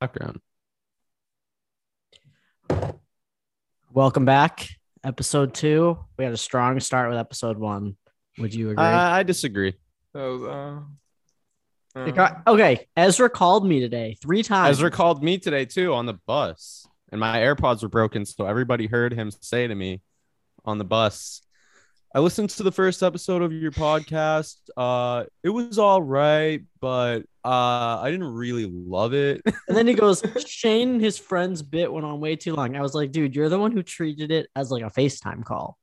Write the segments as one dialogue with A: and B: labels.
A: background.
B: Welcome back. Episode two. We had a strong start with episode one. Would you agree?
A: Uh, I, I disagree. So, uh,
B: They
A: uh,
B: got- okay. Ezra called me today three times.
A: Ezra called me today too on the bus, and my AirPods were broken, so everybody heard him say to me on the bus, "I listened to the first episode of your podcast. Uh, it was all right, but uh, I didn't really love it."
B: And then he goes, Shane and his friend's bit went on way too long. I was like, dude, you're the one who treated it as like a FaceTime call.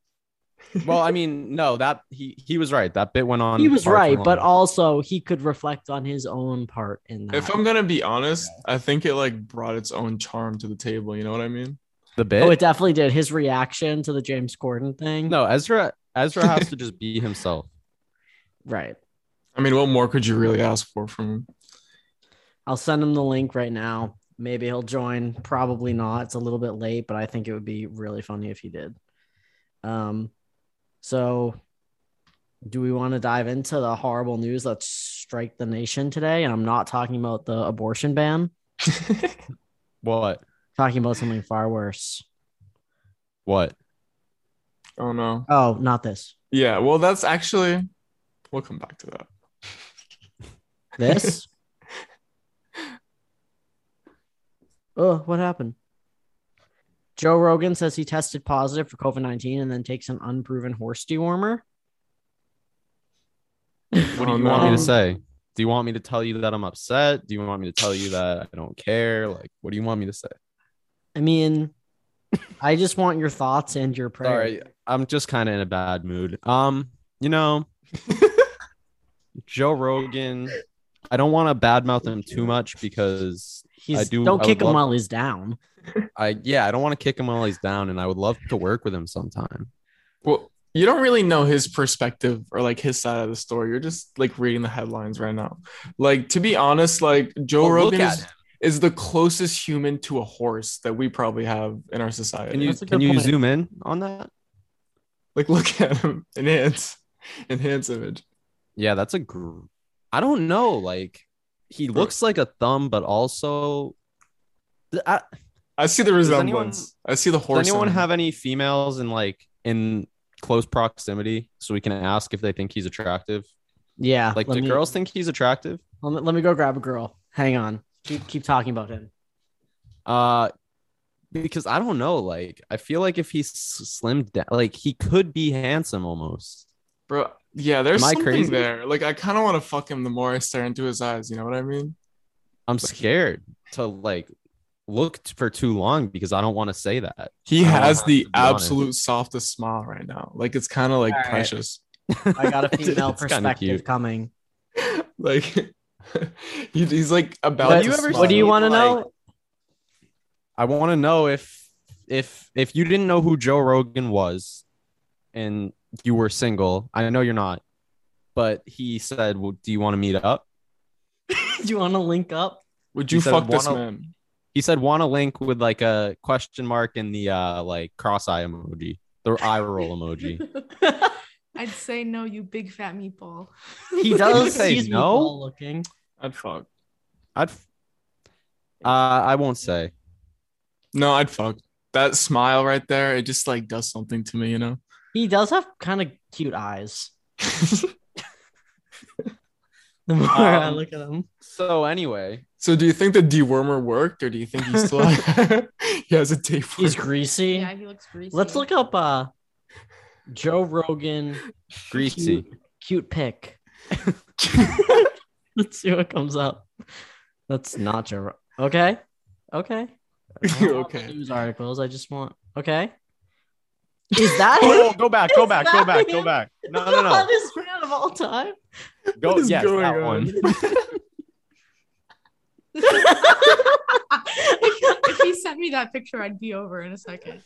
A: well, I mean, no, that he he was right. That bit went on.
B: He was
A: far too
B: right, but
A: long.
B: also he could reflect on his own part in that. Oh,
C: If I'm gonna be honest, I think it like brought its own charm to the table. You know what I mean?
A: the bit.
B: oh, it definitely did. His reaction to the James Corden thing.
A: no, Ezra Ezra has to just be himself.
B: Right.
C: I mean, what more could you really ask for from him?
B: I'll send him the link right now. Maybe he'll join. Probably not. It's a little bit late, but I think it would be really funny if he did. Um, so do we want to dive into the horrible news that strike the nation today? And I'm not talking about the abortion ban,
A: What?
B: talking about something far worse.
A: What?
C: Oh no.
B: Oh, not this.
C: Yeah. Well, that's actually. We'll come back to that.
B: This? oh, what happened? Joe Rogan says he tested positive for COVID 19 and then takes an unproven horse dewormer.
C: What
A: do you want me to
B: Um,
A: say? Do you want me to tell you that I'm upset? Do you want me to tell you that I don't care? Like, what do you want me to say?
B: I mean, I just want your thoughts and your prayers.
A: Sorry, I'm just kind of in a bad mood. Um, you know, Joe Rogan. I don't want to badmouth him too much because
B: He's,
A: I do-
B: don't
A: I
B: kick
A: would
B: him
A: love-
B: while he's down.
A: I, yeah, I don't want to kick him while he's down, and I would love to work with him sometime.
C: Well, you don't really know his perspective or like his side of the story. You're just like reading the headlines right now. Like to be honest, like Joe
A: Well, look
C: Rogan
A: at
C: is, is the closest human to a horse that we probably have in our society.
A: Can you
B: That's a
A: can
B: good
A: you
B: point.
A: zoom in on that?
C: like look at him? Enhance, enhance image.
A: Yeah, that's a. Gr- I don't know. Like, he looks like a thumb, but also, I,
C: I see the
A: anyone-
C: resemblance. I see the horse.
A: Does
C: in
A: anyone
C: him.
A: have any females in like in close proximity so we can ask if they think he's attractive?
B: Yeah.
A: Like,
B: let
A: do
B: me-
A: girls think he's attractive?
B: Let me, let me go grab a girl. Hang on. Keep keep talking about him.
A: Uh, because I don't know. Like, I feel like if he's s- slimmed down, like he could be handsome almost.
C: Bro, yeah, there's
A: Am I
C: something
A: crazy?
C: there. Like, I kind of want to fuck him the more I stare into his eyes. You know what I mean?
A: I'm scared to like look t- for too long because I don't want to say that.
C: He
A: I don't
C: has
A: know,
C: the
A: to be honest.
C: absolute softest smile right now. Like, it's kind of like
B: All right.
C: precious.
B: I got a
A: It's-
B: female
A: it's kinda
B: perspective
A: cute.
B: coming.
C: like, he, he's like about.
B: What-
C: to
A: you ever
C: smile.
B: What do you
A: seen,
B: want to
A: like-
B: know?
A: I want to know if if if you didn't know who Joe Rogan was and you were single. I know you're not, but he said, well, "Do you want to meet up?"
B: Do you want to link up?
C: Would
A: He
C: you
A: said,
C: fuck this
A: "Wanna-"
C: man?
A: He said, "Want to link with like a question mark and the uh like cross eye emoji, the eye roll emoji."
D: I'd say no, you big fat meatball.
B: He does.
A: say
B: he's
A: no?
B: meatball looking.
C: I'd fuck.
A: I'd f- uh I won't say.
C: No, I'd fuck. That smile right there, it just like does something to me. You know?
B: He does have kind of cute eyes. The more I
A: Um,
B: Ah, look at him,
A: So anyway,
C: so, do you think the dewormer worked, or do you think he's still he has a tape?
B: he's greasy.
D: Yeah, he looks greasy.
B: Let's look up uh Joe Rogan
A: greasy.
B: cute, cute pic. Let's see what comes up. That's not Joe. Rog- okay, okay. I don't want the
C: Okay.
B: News articles. I just want. Okay. Is that
A: Oh,
B: him?
A: go back, go
B: Is
A: back, go
B: that
A: back, go
B: him?
A: back. No, no, no.
B: Hottest man of all time.
A: Go
C: What is
A: yes,
C: going
A: that
C: on?
A: one.
D: if he sent me that picture, I'd be over in a second.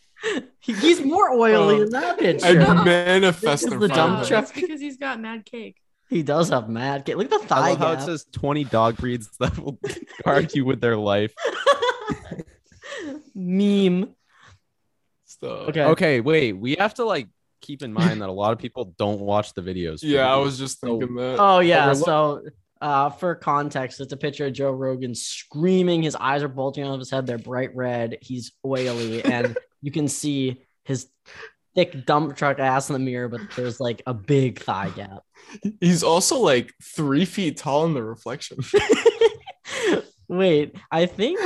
B: He's more oily than that bitch.
C: I
D: No.
C: manifest
B: This
C: them
B: is the
C: from
B: dumb
C: him.
D: No,
B: truck.
D: Uh, it's because he's got mad cake.
B: He does have mad. Look at the
A: I
B: thigh
A: love how it
B: gap.
A: says 20 dog breeds that will argue with their life.
B: Meme.
C: So-
B: Okay.
A: Okay, wait. We have to like keep in mind that a lot of people don't watch the videos. for
C: Yeah, I
A: these.
C: was just
A: So-
C: thinking that.
B: Oh yeah.
A: Overlook-
B: So Uh, for context, it's a picture of Joe Rogan screaming. His eyes are bulging out of his head. They're bright red. He's oily, and you can see his thick dump truck ass in the mirror, but there's like a big thigh gap.
C: He's also like three feet tall in the reflection.
B: Wait, I think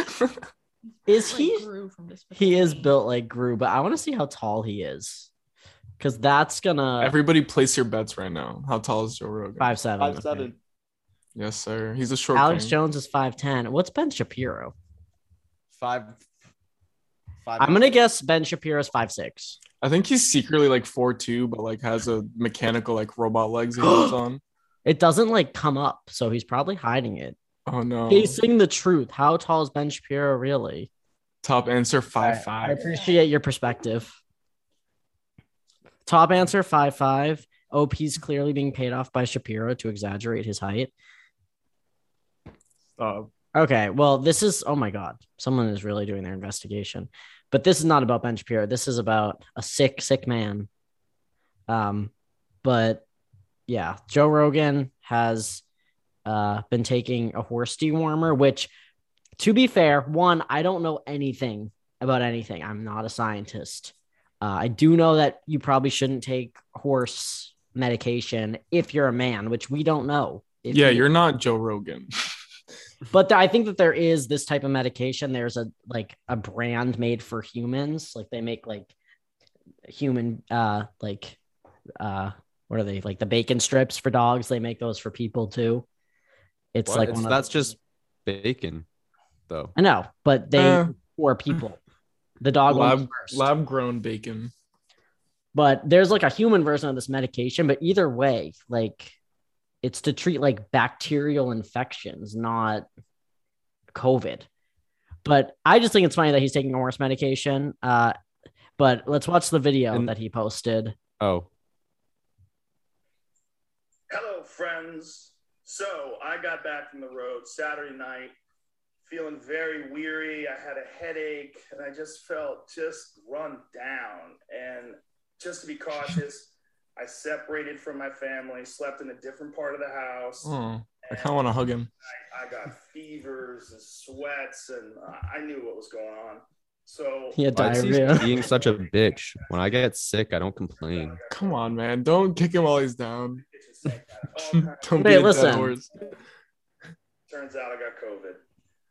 B: is
D: Like,
B: he?
D: grew from this
B: He
D: picture.
B: is built like Gru, but I want to see how tall he is, because that's gonna
C: Everybody, place your bets right now. How tall is Joe Rogan?
B: five seven.
A: Five
B: okay.
A: seven.
C: Yes, sir. He's a short.
B: Alex
C: king.
B: Jones is five ten. What's Ben Shapiro?
A: Five. Five.
B: I'm gonna guess Ben Shapiro's five six.
C: I think he's secretly like four two, but like has a mechanical like robot legs he puts on.
B: It doesn't like come up, so he's probably hiding it.
C: Oh
A: Um,
C: no!
B: Facing the truth. How tall is Ben Shapiro really?
C: Top answer five
B: I
C: five.
B: appreciate your perspective. Top answer five five. OP's clearly being paid off by Shapiro to exaggerate his height.
C: Uh,
B: Okay, well, this is oh my god, someone is really doing their investigation. But this is not about Ben Shapiro. This is about a sick, sick man. Um, but yeah, Joe Rogan has uh been taking a horse dewormer, which to be fair, one, I don't know anything about anything. I'm not a scientist. Uh, I do know that you probably shouldn't take horse medication if you're a man, which we don't know. If
C: yeah,
B: you-
C: you're not Joe Rogan.
B: but th- I think that there is this type of medication. There's a like a brand made for humans. Like they make like human uh like uh what are they like the bacon strips for dogs? They make those for people too. It's like one of-
A: that's just bacon, though.
B: I know, but they
C: Uh.
B: for people. The dog one
C: Lab-
B: first.
C: Lab grown bacon.
B: but there's like a human version of this medication. But either way, like it's to treat like bacterial infections, not COVID. But I just think it's funny that he's taking a horse medication. Uh, but let's watch the video
A: And-
B: that he posted.
A: Oh,
E: Hello, friends. So I got back from the road Saturday night, feeling very weary. I had a headache, and I just felt just run down. And just to be cautious, I separated from my family, slept in a different part of the house.
A: Hmm,
C: Oh, I kind of want to hug him.
E: I got fevers and sweats, and I I knew what was going on. So
B: He had
A: why is he
B: diarrhea.
A: being such a bitch. When I get sick, I don't complain.
C: Come on, man! Don't kick him while he's down.
E: kitchen sink, I had all kinds of
C: Don't
B: Hey,
C: be a
B: listen.
C: dead horse.
E: Turns out I got COVID.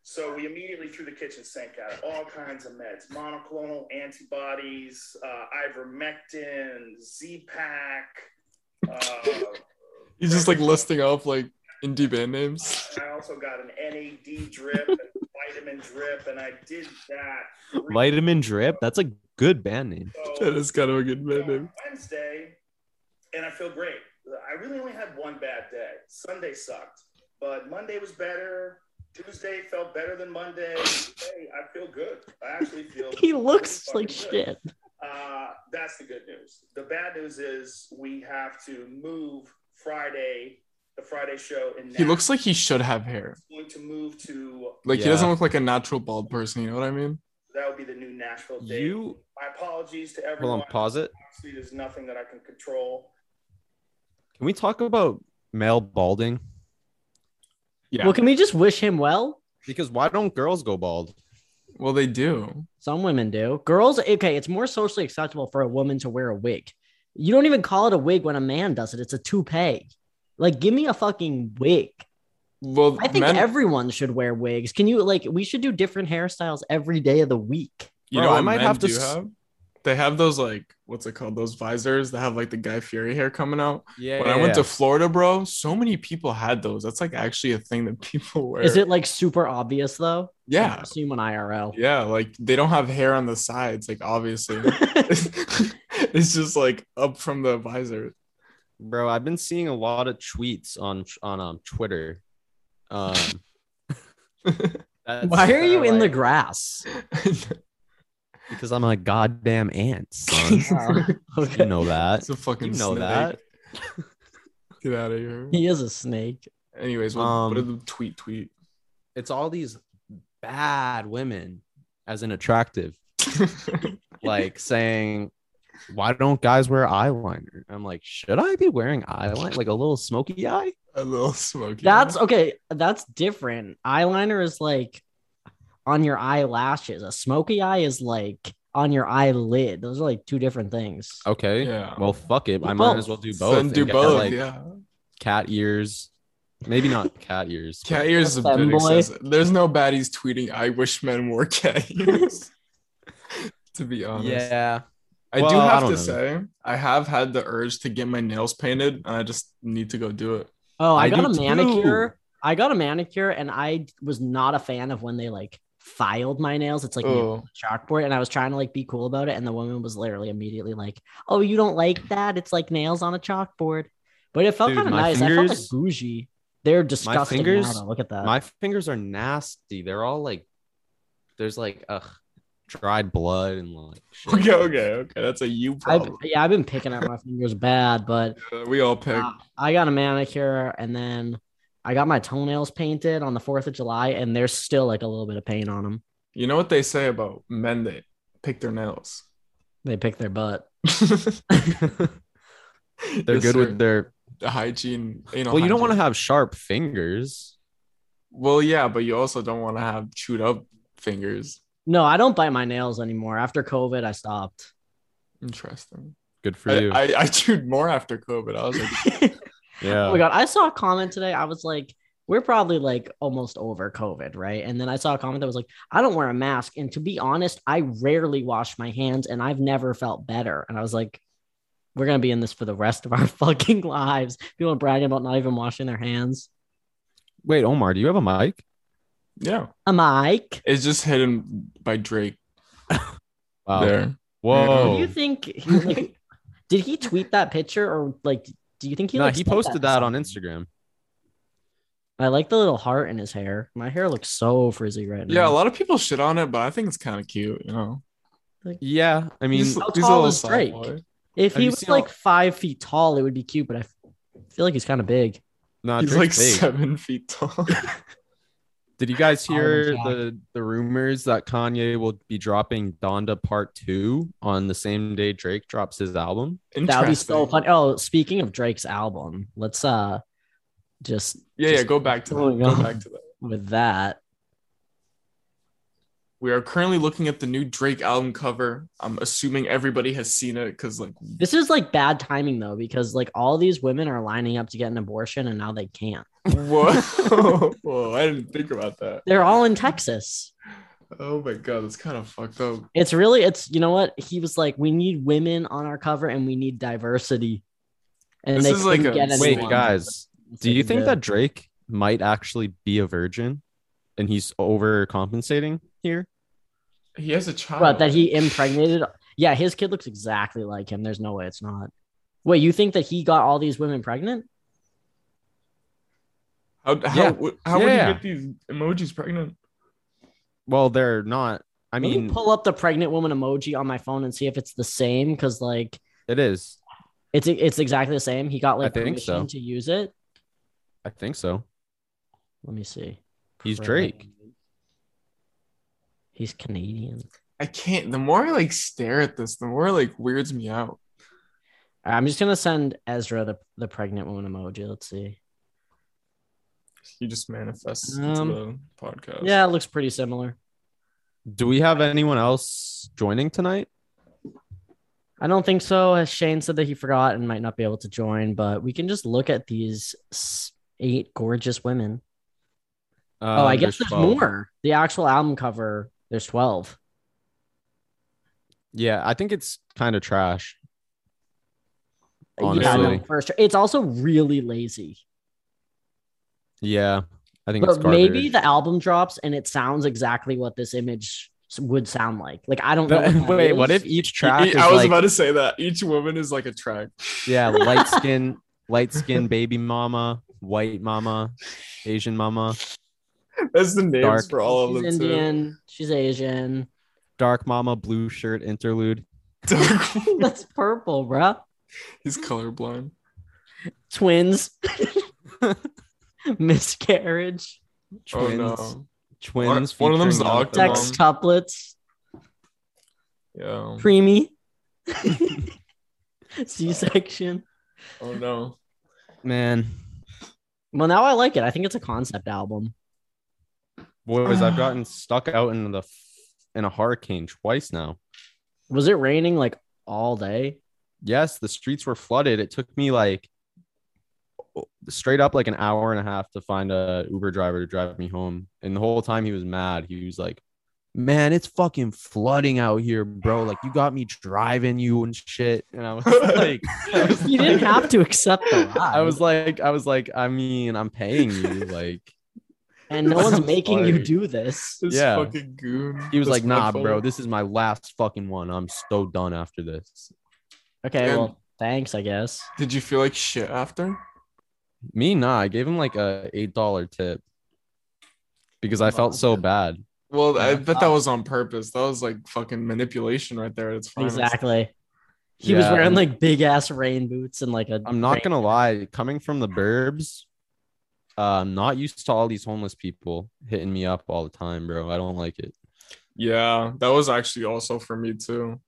E: So we immediately threw the kitchen sink at it. All kinds of meds, monoclonal antibodies, uh, ivermectin, Z-Pack. Uh,
C: He's just like listing off like indie band names.
E: I also got an NAD drip, and vitamin drip, and I did that. three-
A: Vitamin drip. That's a good band name.
E: so-
C: That is kind of a good band name.
E: on Wednesday, and I feel great. I really only had one bad day. Sunday sucked, but Monday was better. Tuesday felt better than Monday. Hey, I feel good. I actually feel.
B: He looks
E: really
B: like
E: fucking good.
B: shit.
E: Uh, that's the good news. The bad news is we have to move Friday, the Friday show, and
C: He looks like he should have hair.
E: going to move to.
C: Like he
A: Yeah.
C: doesn't look like a natural bald person. You know what I mean?
E: That would be the new Nashville date.
A: You
E: My apologies to
A: hold
E: everyone.
A: on. Pause it.
E: Obviously, there's nothing that I can control.
A: Can we talk about male balding?
C: Yeah.
B: Well, can we just wish him well?
A: Because why don't girls go bald?
C: well, they do.
B: Some women do. Girls, okay, it's more socially acceptable for a woman to wear a wig. You don't even call it a wig when a man does it. It's a toupee. Like, give me a fucking wig.
C: Well,
B: I think
C: men,
B: everyone should wear wigs. Can you like we should do different hairstyles every day of the week?
C: you
A: Bro,
C: know,
A: I
C: what
A: might
C: men
A: have to
C: do
A: s-
C: have? They have those like what's it called? Those visors that have like the Guy Fieri hair coming out.
A: Yeah.
C: when I went to Florida, bro, so many people had those. That's like actually a thing that people wear.
B: Is it like super obvious though?
C: Yeah,
B: I've seen one IRL.
C: yeah. Like they don't have hair on the sides. Like obviously, it's just like up from the visor.
A: bro, I've been seeing a lot of tweets on on um Twitter. Um, that's-
B: Why are you
A: they're
B: in the
A: like-
B: grass?
A: Because I'm a goddamn ant, son.
B: Okay.
A: you know that.
C: It's a fucking
A: You know
C: snake.
A: that.
C: Get out of here.
B: He is a snake.
C: Anyways, what,
A: Um,
C: what did the tweet tweet?
A: It's all these bad women, as in attractive, like saying, "Why don't guys wear eyeliner?" I'm like, should I be wearing eyeliner, like a little smoky eye?
C: a little smoky.
B: That's okay. That's different. Eyeliner is like on your eyelashes. A smoky eye is like on your eyelid. Those are like two different things.
A: Okay.
C: Yeah.
A: Well, fuck it.
B: Do
A: I might
B: both.
A: as well do both.
C: Then
A: and
C: do
A: get,
C: both.
A: like,
C: yeah.
A: Cat ears. Maybe not cat ears. but-
C: Cat ears is a bit
B: Femboy.
C: excessive. There's no baddies tweeting, I wish men wore cat ears. to be honest.
A: Yeah.
C: I do
A: Well, I
C: have to
A: don't know.
C: say, I have had the urge to get my nails painted, and I just need to go do it.
B: Oh, I,
A: I
B: got
A: do
B: a
A: too.
B: manicure. I got a manicure, and I d- was not a fan of when they like filed my nails. It's like nails
C: Oh,
B: on a chalkboard, and I was trying to like be cool about it, and the woman was literally immediately like, "Oh, you don't like that? It's like nails on a chalkboard." But it felt
A: Dude,
B: kind of
A: my
B: nice. I felt like
A: fingers-
B: bougie. They're disgusting.
A: fingers-
B: now, though. Look at
C: Uh,
B: that.
A: My fingers are nasty. They're all like, there's like, ugh, dried blood and like. shit.
C: okay, okay, okay. That's a you
B: I've,
C: problem.
B: yeah, I've been picking at my fingers bad, but
C: Uh, we all pick.
A: Ah.
B: Uh, I got a manicure and then I got my toenails painted on the 4th of July and there's still like a little bit of paint on them.
C: You know what they say about men that pick their nails?
B: They pick their butt.
A: They're good with their.
C: the hygiene. You know,
A: Well, you don't want to
C: hygiene.
A: have sharp fingers.
C: Well, yeah, but you also don't want to have chewed up fingers.
B: No, I don't bite my nails anymore. After COVID, I stopped.
C: Interesting.
A: Good for
C: I,
A: you.
C: I, I chewed more after COVID. I was like,
A: yeah.
B: Oh my god, I saw a comment today. I was like, we're probably like almost over COVID, right? And then I saw a comment that was like, I don't wear a mask. And to be honest, I rarely wash my hands and I've never felt better. And I was like, we're gonna be in this for the rest of our fucking lives. People are bragging about not even washing their hands.
A: Wait, Omar, do you have a mic?
C: yeah,
B: A mic.
C: it's just hidden by Drake
A: Wow.
B: Oh.
C: there.
A: Whoa.
B: Do you think he like, did he tweet that picture or like do you think he
A: no,
B: like,
A: he
B: sent
A: posted
B: to
A: that on
B: someone?
A: Instagram.
B: I like the little heart in his hair. My hair looks so frizzy right now.
C: Yeah, a lot of people shit on it, but I think it's kind of cute. You know,
A: Yeah. I mean,
C: He's-
B: How
C: he's a
B: tall
C: little
B: is
C: soft
B: Drake?
C: boy.
B: If
A: Have
B: he
A: you
B: was
A: seen all-
B: like five feet tall, it would be cute, but I f- feel like he's kind of big.
A: no,
C: He's
A: Drake's
C: like
A: big.
C: seven feet tall.
A: Did you guys hear
B: Jack.
A: the the rumors that Kanye will be dropping Donda Part Two on the same day Drake drops his album?
B: That would be so
C: Interesting.
B: fun. Oh, speaking of Drake's album, let's uh just
C: Yeah, yeah.
B: Just-
C: Go back to that.
B: Moving
C: Go
B: on.
C: back to that.
B: with that.
C: We are currently looking at the new Drake album cover. I'm assuming everybody has seen it because, like,
B: This is like bad timing though, because like all these women are lining up to get an abortion and now they can't.
C: whoa, whoa, I didn't think about that.
B: They're all in Texas.
C: Oh my god, that's kind of fucked up.
B: It's really, it's you know what he was like. We need women on our cover, and we need diversity. And
C: This
B: they
C: is like
B: couldn't
C: a-
B: get
A: Wait,
B: anyone.
A: guys,
B: It's
A: do
B: like
A: you think
B: the-
A: that Drake might actually be a virgin, and he's overcompensating here?
C: He has a child.
B: But that he impregnated? Yeah, his kid looks exactly like him. There's no way it's not. Wait, you think that he got all these women pregnant?
C: How how,
A: Yeah.
C: would- how would
A: Yeah.
C: you get these emojis pregnant?
A: Well, they're not. I
B: Let me
A: mean,
B: pull up the pregnant woman emoji on my phone and see if it's the same. Because like,
A: it is.
B: it's it's exactly the same. He got like
A: think
B: permission
A: so.
B: to use it.
A: I think so.
B: Let me see.
A: He's Drake.
B: He's Canadian.
C: I can't. The more I like stare at this, the more it, like weirds me out.
B: All right, I'm just gonna send Ezra the, the pregnant woman emoji. Let's see.
C: He just manifests
B: Um,
C: into the podcast.
B: Yeah, it looks pretty similar.
A: Do we have anyone else joining tonight?
B: I don't think so. As Shane said that he forgot and might not be able to join, but we can just look at these s- eight gorgeous women.
A: Uh,
B: Oh, I guess there's
A: 12.
B: more. The actual album cover, there's 12.
A: Yeah, I think it's kind of trash.
B: Yeah,
A: Honestly.
B: no, first, it's also really lazy.
A: Yeah, I think it's
B: But
A: garbage.
B: maybe the album drops and it sounds exactly what this image s- would sound like. Like, I don't know.
A: The-
B: that
A: wait, what
B: is.
A: if each track
C: E-
A: is
C: I was
A: like,
C: about to say that each woman is like a track.
A: yeah, light skin, light skin baby mama, white mama, Asian mama,
C: That's the names
A: Dark.
C: for all of
B: she's
C: them.
B: Indian, she's Asian.
A: dark mama, blue shirt interlude.
C: Too. Dark.
B: That's purple, bruh.
C: He's colorblind.
B: Twins. Miscarriage.
A: Twins,
C: Oh
A: twins.
C: One- one of them's
A: featuring
C: the
A: Young
C: octopus.
A: Thug.
B: Sex tuplets.
C: no! Yeah.
B: preemie, C section.
C: Oh no!
A: Man,
B: Well, now I like it. I think it's a concept album.
A: Boys, I've gotten stuck out in the f- in a hurricane twice now.
B: Was it raining like all day?
A: Yes, the streets were flooded. It took me like straight up like an hour and a half to find a Uber driver to drive me home. And the whole time he was mad. He was like, "Man, it's fucking flooding out here, bro. Like you got me driving you and shit." And I was like, I was
B: You didn't
A: like-
B: have to accept the lie.
A: I was like, I was like, I mean, I'm paying you. Like
B: and no one's
A: I'm
B: making you
A: sorry.
B: do this.
C: This
A: Yeah.
C: fucking goon.
A: he was
C: This
A: like, Nah,
C: motherfucker.
A: bro, this is my last fucking one. I'm so done after this.
B: Okay,
C: And-
B: well, thanks, I guess.
C: Did you feel like shit after?
A: Me, nah. I gave him like a eight dollar tip because I felt
B: Wow.
A: so bad.
C: Well, I
B: Yeah.
C: bet that was on purpose. That was like fucking manipulation right there. It's fine.
B: Exactly. He was
A: Yeah,
B: wearing
A: I'm-
B: like big ass rain boots and like a.
A: I'm not
B: rain-
A: gonna lie, coming from the burbs, uh, I'm not used to all these homeless people hitting me up all the time, bro. I don't like it.
C: Yeah, that was actually also for me too.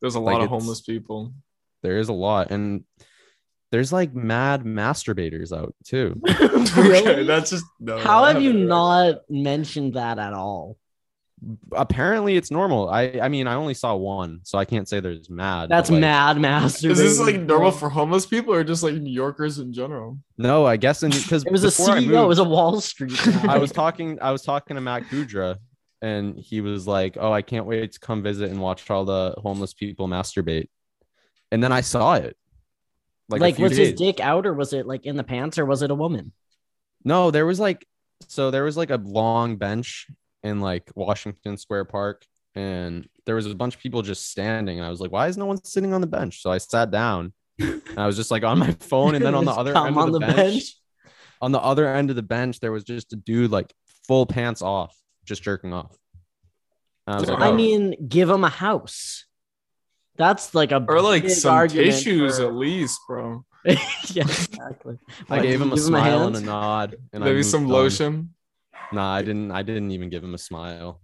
C: There's a lot
A: Like,
C: of
A: it's-
C: homeless people.
A: There is a lot, and there's like mad masturbators out too.
B: Really?
C: that's just no.
B: How
C: I
B: have you
C: haven't-
B: not mentioned that at all?
A: Apparently, it's normal. I I mean, I only saw one, so I can't say there's mad.
B: That's
A: but, like,
B: mad master.
C: Is this like normal for homeless people or just like New Yorkers in general?
A: No, I guess in because
B: It was a E CEO. it was a Wall Street. guy.
A: I was talking. I was talking to Matt Gudra, and he was like, "Oh, I can't wait to come visit and watch all the homeless people masturbate." And then I saw it.
B: like,
A: Like, a few
B: was
A: days.
B: his dick out or was it like in the pants or was it a woman?
A: No, there was like, so there was like a long bench in like Washington Square Park, and there was a bunch of people just standing. And I was like, "Why is no one sitting on the bench?" So I sat down, and I was just like on my phone, and then on the
B: Just
A: other
B: come
A: end
B: on
A: of the
B: the
A: bench,
B: bench?
A: on the other end of the bench, there was just a dude like full pants off, just jerking off. And I was like,
B: I
A: "Oh."
B: mean, give him a house. That's like a
C: Or like
B: big
C: some
B: argument
C: tissues
B: for-
C: at least, bro.
B: yeah, exactly.
A: I
B: Like,
A: gave him a
B: give
A: smile and a
B: hand?
A: nod, and I
C: Maybe
A: moved
C: some
A: on.
C: lotion.
A: Nah, I didn't. I didn't even give him a smile.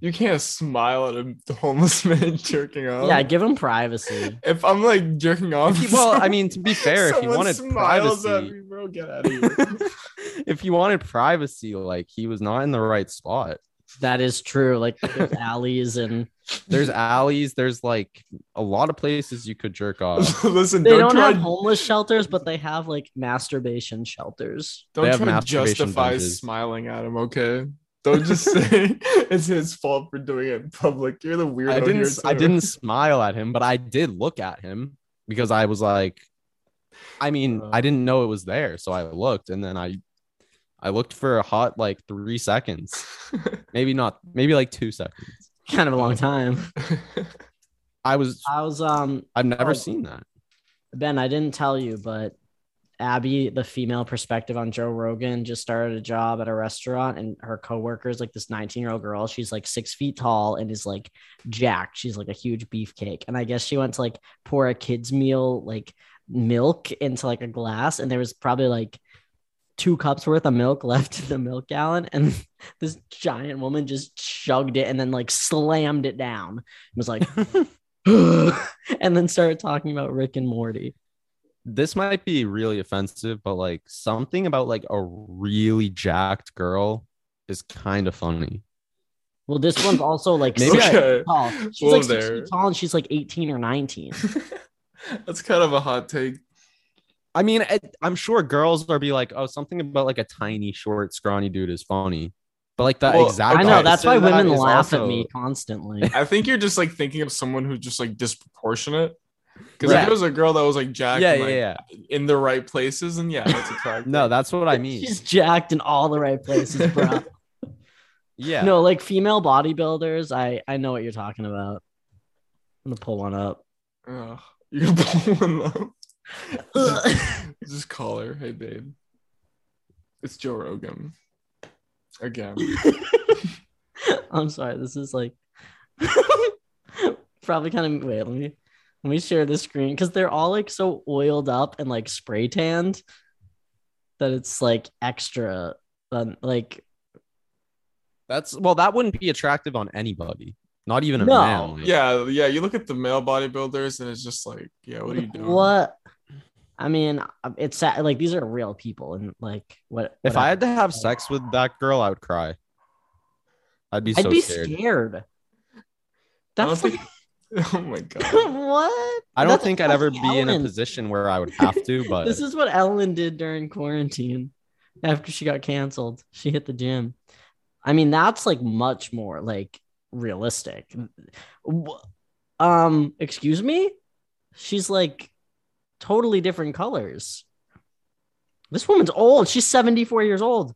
C: You can't smile at a homeless man jerking off.
B: Yeah, give him privacy.
C: If I'm like jerking off,
A: He- well, I mean, to be fair, if he
C: someone
A: wanted
C: smiles at
A: privacy,
C: me, bro, get out of here.
A: if he wanted privacy, like he was not in the right spot.
B: That is true. Like there's alleys and
A: There's alleys. There's like a lot of places you could jerk off.
C: Listen,
B: they
C: don't,
B: don't
C: try,
B: have homeless shelters, but they have like masturbation shelters.
A: They
C: don't
A: have
C: try to
A: masturbation
C: justify
A: benches.
C: smiling at him. Okay, don't just say it's his fault for doing it in public. You're the weirdo.
A: I
C: here,
A: didn't. I
C: too.
A: didn't smile at him, but I did look at him because I was like, I mean,
C: Uh.
A: I didn't know it was there, so I looked, and then I, I looked for a hot like three seconds, maybe not, maybe like two seconds.
B: Kind of a long time.
A: I was.
B: I was um
A: I've never
B: Oh.
A: seen that.
B: Ben, I didn't tell you, but Abby, the female perspective on Joe Rogan, just started a job at a restaurant, and her coworker is like this 19 year old girl. She's like six feet tall and is like jacked. She's like a huge beefcake. And I guess she went to like pour a kid's meal, like milk into like a glass, and there was probably like two cups worth of milk left in the milk gallon. And this giant woman just chugged it and then like slammed it down and was like, and then started talking about Rick and Morty.
A: This might be really offensive, but like something about like a really jacked girl is kind of funny.
B: Well, this one's also like
A: Maybe
B: six
A: I-
B: feet tall. She's
C: Whoa
B: like six
C: there.
B: feet tall and she's like 18 or 19.
C: That's kind of a hot take.
A: I mean, I, I'm sure girls are be like, oh, something about like a tiny, short, scrawny dude is funny, but like the
C: Well,
A: exact.
B: I know that's
A: opposite
B: why
A: of that
B: women
A: is
B: laugh at
A: also-
B: me constantly.
C: I think you're just like thinking of someone who's just like disproportionate. Because if
A: Right.
C: it was a girl that was like jacked,
A: Yeah,
C: and,
A: yeah,
C: like,
A: yeah.
C: in the right places, and yeah, that's attractive.
A: No, that's what I mean.
B: She's jacked in all the right places, bro.
A: yeah.
B: No, like female bodybuilders. I I know what you're talking about. I'm gonna pull one up.
C: Ugh, you're pulling them. just call her, hey babe. It's Joe Rogan. Again,
B: I'm sorry. This is like probably kind of wait. Let me let me share the screen because they're all like so oiled up and like spray tanned that it's like extra. Um, like
A: That's well, that wouldn't be attractive on anybody, not even a
B: No.
A: man. like-
C: yeah, yeah. You look at the male bodybuilders, and it's just like, yeah, what are you doing?
B: what? I mean, it's sad. Like these are real people, and like what?
A: If I
B: whatever.
A: had to have sex with that girl, I would cry. I'd be
B: I'd
A: so
B: be
A: scared.
B: scared.
C: I don't
B: That's
C: think. Oh my god.
B: fucking- what?
A: I don't
B: That's
A: think I'd ever be
B: fucking
A: in a
B: Ellen.
A: position where I would have to, but
B: This is what Ellen did during quarantine after she got canceled. She hit the gym. I mean, that's like much more like realistic. W- Um, excuse me? She's like totally different colors. This woman's old. She's 74 years old.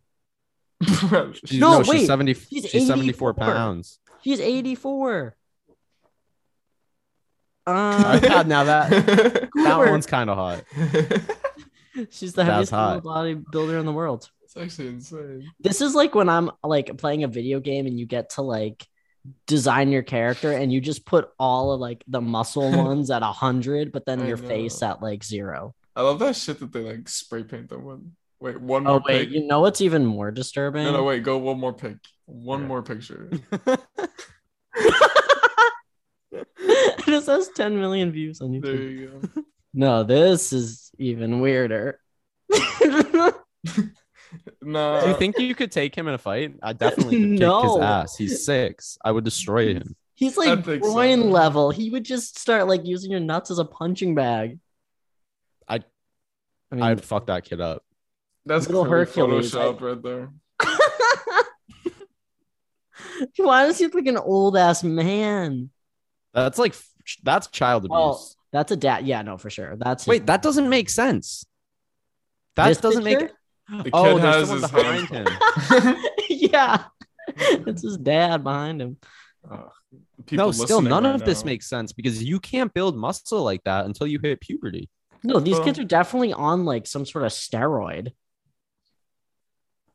A: she's,
B: No,
A: no, she's
B: wait.
A: 70
B: She's
A: she's, 74
B: 84.
A: pounds.
B: She's 84.
A: Oh,
B: Um,
A: God, now that that
B: Cooler.
A: one's kind of hot.
B: she's the
A: That's
B: heaviest
A: hot.
B: bodybuilder in the world.
C: It's actually insane.
B: This is like when I'm like playing a video game and you get to like design your character and you just put all of like the muscle ones at a hundred, but then
C: I
B: your
C: know.
B: face at like zero.
C: I love that shit that they like spray paint them with. Wait, one
B: Oh
C: more
B: wait,
C: pic.
B: you know what's even more disturbing?
C: No, no, wait. Go one more pic. One
A: Yeah.
C: more picture.
B: this has 10 million views on YouTube.
C: There you go.
B: No, this is even weirder.
C: No.
A: Do you think you could take him in a fight? I definitely could kick
B: No.
A: his ass. He's six. I would destroy him.
B: He's
C: I
B: like
C: think so.
B: groin level. He would just start like using your nuts as a punching bag.
A: I'd-
B: I mean,
A: I'd fuck that kid up.
C: that's
B: Little
C: clearly
B: Hercules, I-
C: Photoshop right there?
B: why does he look like an old ass man?
A: That's like that's child abuse.
B: Well, That's a dad. Yeah, no, for sure. That's his-
A: Wait, that doesn't make sense. That
B: This
A: doesn't make.
B: picture?
C: The kid
A: Oh,
C: has
A: there's someone
C: his
A: behind
C: hand.
A: him.
B: yeah, it's his dad behind him.
C: Ugh. People
A: No, still
C: listening
A: none
C: right
A: of this
C: now.
A: makes sense because you can't build muscle like that until you hit puberty.
B: No, these
C: Well-
B: kids are definitely on like some sort of steroid.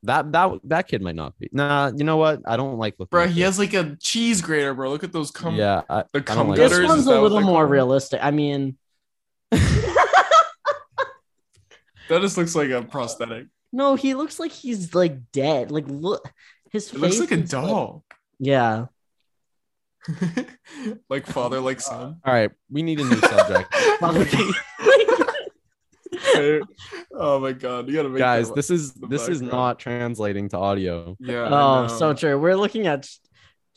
A: That that that kid might not be. Nah, you know what? I don't like looking.
C: Bro,
A: at
C: he
A: it.
C: has like a cheese grater, bro. Look at those cum.
A: yeah, I,
C: The
A: don't
C: cum
A: like
C: gutters.
B: this
A: Gutters,
B: one's
C: is
B: a
C: that what
B: little
C: they're
B: more
C: called?
B: realistic. I mean,
C: That just looks like a prosthetic.
B: no, he looks like he's like dead. Like look, his
C: It
B: face
C: looks like a
B: is,
C: doll.
B: yeah,
C: like father, like son.
A: all right. We need a new subject,
C: oh my god, you gotta make
A: guys.
C: that-
A: This is
C: the
A: this is
C: background.
A: not translating to audio.
C: Yeah. I
B: Oh,
C: know.
B: so true. We're looking at ch-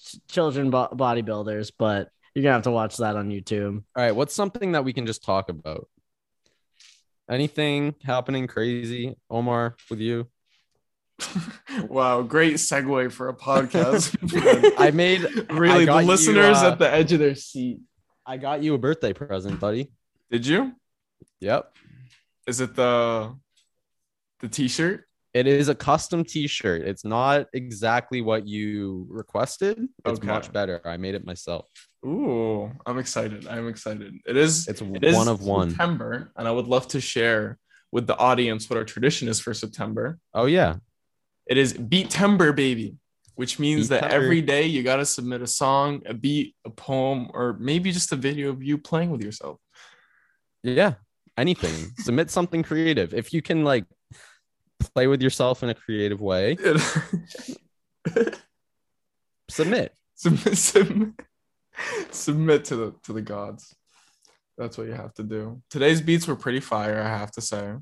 B: ch- children bo- bodybuilders, but you're gonna have to watch that on YouTube.
A: All right, what's something that we can just talk about? Anything happening crazy, Omar, with you?
C: wow, great segue for a podcast.
A: I made
C: really,
A: I
C: the
A: got you,
C: listeners
A: uh,
C: at the edge of their seat.
A: I got you a birthday present, buddy.
C: Did you?
A: Yep.
C: Is it the the T-shirt?
A: It is a custom T-shirt. It's not exactly what you requested. It's
C: Okay.
A: much better. I made it myself.
C: Ooh, I'm excited. I'm excited. It is.
A: It's
C: It is
A: one of one.
C: September, and I would love to share with the audience what our tradition is for September.
A: Oh yeah.
C: It is beat timber, baby, which means
A: Beat
C: that
A: Timber.
C: every day you got to submit a song, a beat, a poem, or maybe just a video of you playing with yourself.
A: Yeah. Anything. Submit something creative. If you can like play with yourself in a creative way, submit.
C: submit, submit, submit to the to the gods. That's what you have to do. Today's beats were pretty fire, I have to say.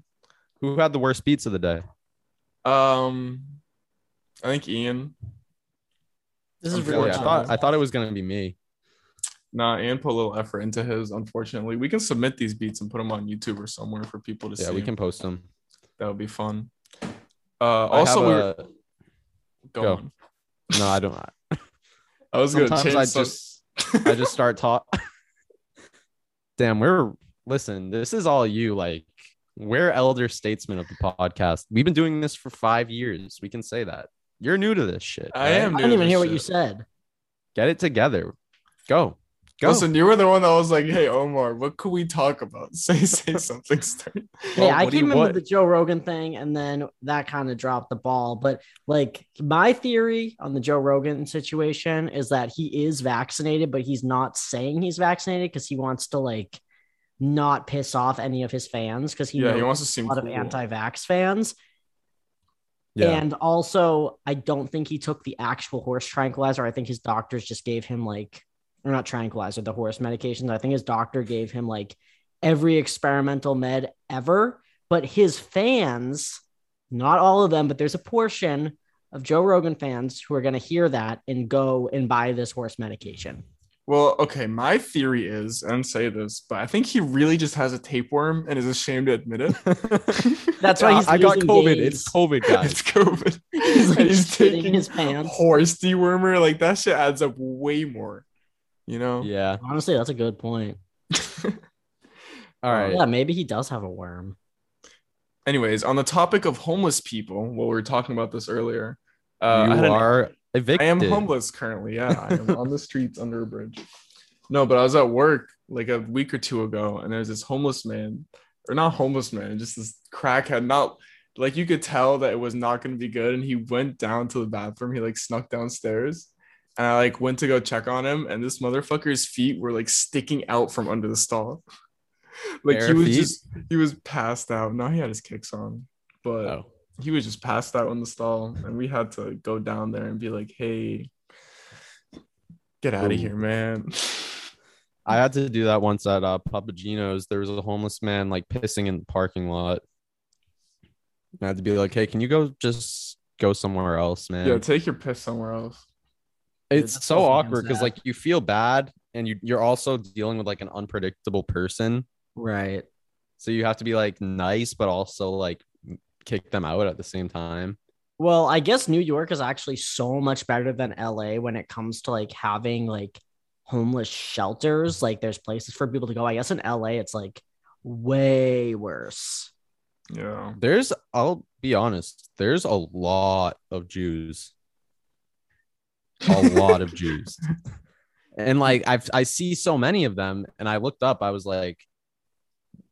A: Who had the worst beats of the day?
C: Um, I think Ian.
B: This is
C: I'm
A: Really,
B: really
A: I
C: Unfortunately.
A: thought I thought it was gonna be me.
C: Nah, Ian put a little effort into his. Unfortunately, we can submit these beats and put them on YouTube or somewhere for people to
A: Yeah,
C: see.
A: we can post them.
C: That would be fun. Uh, also, we were,
A: a,
C: go
A: go.
C: on.
A: no, I don't.
C: I was gonna
A: Sometimes
C: change.
A: I
C: some-
A: just- I just start talk. Damn, we're listen. This is all you. Like, we're elder statesmen of the podcast. We've been doing this for five years. We can say that. You're new to this shit.
C: I
A: right?
C: am.
B: I didn't even
C: new
B: hear
C: to
B: what you
C: this shit.
B: said.
A: Get it together. Go, go.
C: Listen, you were the one that was like, "Hey, Omar, what could we talk about? Say, say something." Stern.
B: Hey, I
A: what do you
B: came in
A: want?
B: with the Joe Rogan thing, and then that kind of dropped the ball. But like my theory on the Joe Rogan situation is that he is vaccinated, but he's not saying he's vaccinated because he wants to like not piss off any of his fans because he
C: yeah,
B: knows
C: he wants to seem
B: a lot of
C: cool.
B: anti-vax fans.
A: yeah.
B: And also, I don't think he took the actual horse tranquilizer. I think his doctors just gave him like, or not tranquilizer, the horse medications. I think his doctor gave him like every experimental med ever. But his fans, not all of them, but there's a portion of Joe Rogan fans who are going to hear that and go and buy this horse medication.
C: Well, okay, my theory is, and say this, but I think he really just has a tapeworm and is ashamed to admit it.
B: That's why he's
A: I got
B: losing
A: COVID.
B: gains.
A: It's COVID, guys.
C: it's COVID.
B: He's, like,
C: And he's
B: shitting
C: taking
B: his pants.
C: Horse dewormer, like that shit adds up way more. You know?
A: yeah.
B: Honestly, that's a good point.
A: All right.
B: Yeah, maybe he does have a worm.
C: Anyways, on the topic of homeless people, what we were talking about this earlier. Uh, I
A: you
C: had an-
A: are evicted.
C: I am homeless currently. Yeah, I am on the streets under a bridge. No, but I was at work like a week or two ago, and there's this homeless man, or not homeless man, just this crackhead. Not like you could tell that it was not going to be good, and he went down to the bathroom. He like snuck downstairs, and I like went to go check on him, and this motherfucker's feet were like sticking out from under the stall. like he
A: Bare
C: was
A: feet?
C: just he was passed out. No, he had his kicks on, but
A: Oh.
C: he was just passed out in the stall, and we had to go down there and be like, "Hey, get out
A: Ooh.
C: of here, man."
A: I had to do that once at uh, Papagino's. There was a homeless man like pissing in the parking lot. I had to be like, "Hey, can you go just go somewhere else, man?"
C: Yeah, take your piss somewhere else.
A: it's
B: That's
A: so
B: also
A: awkward because
B: sad.
A: like you feel bad, and you you're also dealing with like an unpredictable person,
B: Right.
A: so you have to be like nice, but also like kick them out at the same time.
B: Well, I guess New York is actually so much better than LA when it comes to like having like homeless shelters. Like there's places for people to go. I guess in LA it's like way worse.
C: Yeah,
A: There's, I'll be honest, there's a lot of Jews. A lot of Jews. And like I've I see so many of them and I looked up I was like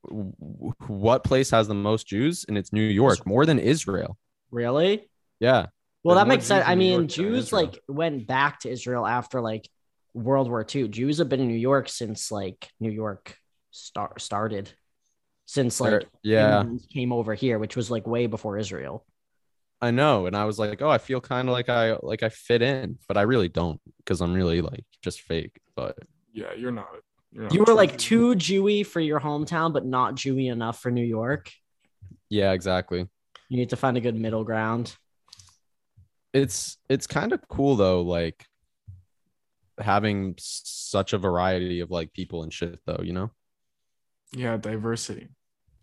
A: w- w- what place has the most Jews and it's New York more than Israel.
B: Really?
A: Yeah.
B: Well,
C: There's
B: that
C: more
B: makes sense.
C: Jews in
B: I
C: New
B: mean,
C: York than
B: Jews
C: Israel.
B: like went back to Israel after like World War II. Jews have been in New York since like New York star- started, since like
A: There- yeah,
B: Indians came over here, which was like way before Israel.
A: I know and I was like, "Oh, I feel kind of like I like I fit in, but I really don't because I'm really like just fake." But
C: yeah, you're not. You're not
B: You were like too
C: true.
B: Jewy for your hometown, but not Jewy enough for New York.
A: yeah, exactly.
B: You need to find a good middle ground.
A: it's it's kind of cool though like having such a variety of like people and shit though you know
C: Yeah, diversity.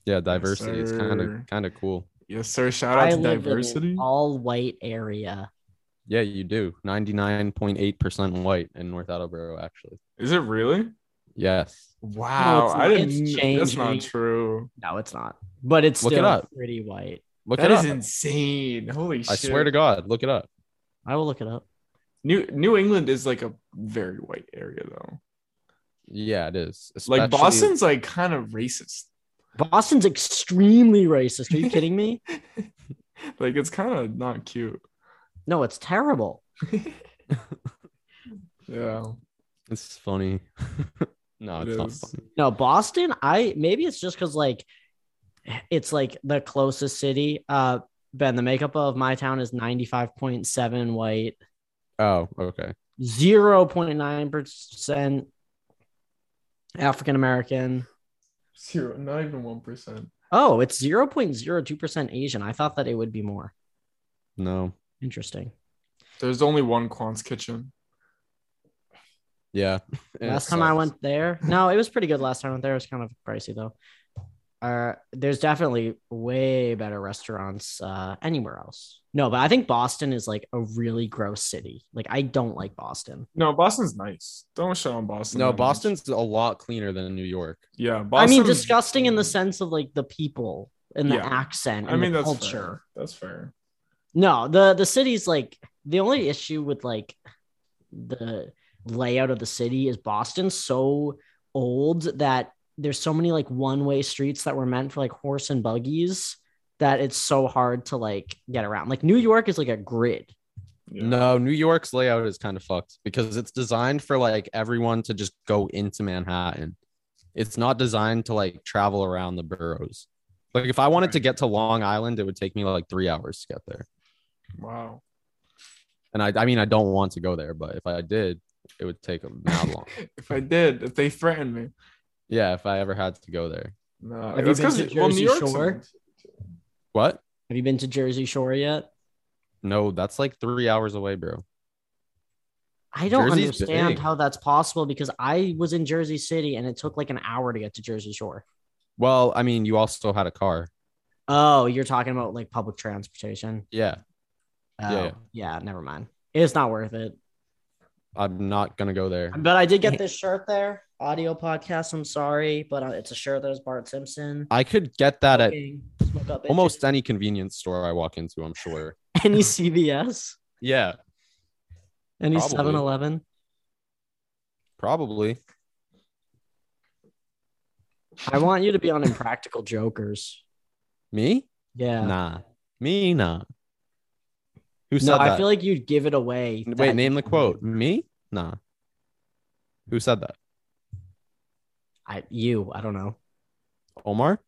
A: yeah diversity is kind
C: sir.
A: of kind of cool
C: Yes, sir. Shout out to
B: live in an
C: diversity.
B: all white area.
A: yeah you do 99.8% white in north attleboro actually
C: Is it really?
A: yes
C: Wow,
B: not.
C: I didn't.
B: It's
C: That's not
B: changing.
C: true.
B: No, it's not. But it's
A: Look it
B: still
A: up.
B: pretty white.
A: look
C: That
A: it
C: is
A: up
C: insane. Holy shit!
A: i swear to god look it up
B: I will look it up.
C: New New England is like a very white area though.
A: yeah it is
C: Like
A: Especially-
C: Boston's like kind of racist.
B: Boston's extremely racist. Are you kidding me?
C: like it's kind of not cute.
B: No, it's terrible.
C: Yeah.
A: it's funny no
C: It
A: it's not
C: is.
A: funny
B: No, Boston, I maybe it's just because like it's like the closest city. Uh Ben, the makeup of my town is 95.7 white,
A: oh okay
B: 0.9% African American.
C: Zero, not even one percent.
B: Oh, it's 0.02% Asian. I thought that it would be more.
A: no
B: Interesting.
C: There's only one Quan's kitchen.
A: yeah And it
B: last time I
A: sucks.
B: went there, no, it was pretty good last time I went there. It was kind of pricey though. Uh, there's definitely way better restaurants uh, anywhere else. No, but I think Boston is like a really gross city. Like I don't like Boston.
C: No, Boston's nice. Don't shit on Boston. that
A: no
C: much.
A: boston's a lot cleaner than new york
C: Yeah, Boston. Mm.
B: I mean, disgusting in the sense of like the people and the
C: Yeah.
B: accent and
C: I mean,
B: the
C: that's
B: culture.
C: fair. That's fair.
B: No, the the city's like the only issue with like the layout of the city is Boston's so old that there's so many like one-way streets that were meant for like horse and buggies that it's so hard to like get around. Like New York is like a grid.
C: Yeah.
A: No, New York's layout is kind of fucked because it's designed for like everyone to just go into Manhattan. It's not designed to like travel around the boroughs. Like if I wanted to get to Long Island, it would take me like three hours to get there.
C: Wow.
A: And I, I mean, I don't want to go there, but if I did, it would take a mad long.
C: If I did, if they threatened me,
A: Yeah, if I ever had to go there.
C: No,
B: Have you
C: that's
B: been
C: 'cause-
B: to
C: well,
B: Jersey
C: New York's
B: Shore?
C: in-
A: What?
B: Have you been to Jersey Shore yet?
A: No, that's like three hours away, bro.
B: I don't
A: Jersey's
B: understand
A: big.
B: how that's possible because I was in Jersey City and it took like an hour to get to Jersey Shore.
A: Well, I mean, you also had a car.
B: Oh, you're talking about like public transportation.
A: Yeah,
B: Oh,
A: Yeah.
B: yeah, never mind. It's not worth it.
A: I'm not gonna go there.
B: But I did get this shirt there, audio podcast. I'm sorry, but uh, it's a shirt that is Bart Simpson.
A: I could get that at
B: Smoking- smoke up bitches.
A: Uh, almost any convenience store I walk into. I'm sure.
B: any CVS,
A: Yeah,
B: any
A: Probably.
B: 7 Eleven.
A: probably.
B: I want you to be on Impractical Jokers.
A: Me?
B: Yeah.
A: Nah. Me? Nah. Who said
B: no,
A: that?
B: I feel like you'd give it away.
A: Wait,
B: that-
A: name the quote. Me? Nah. Who said that?
B: I, you, I don't know.
A: Omar?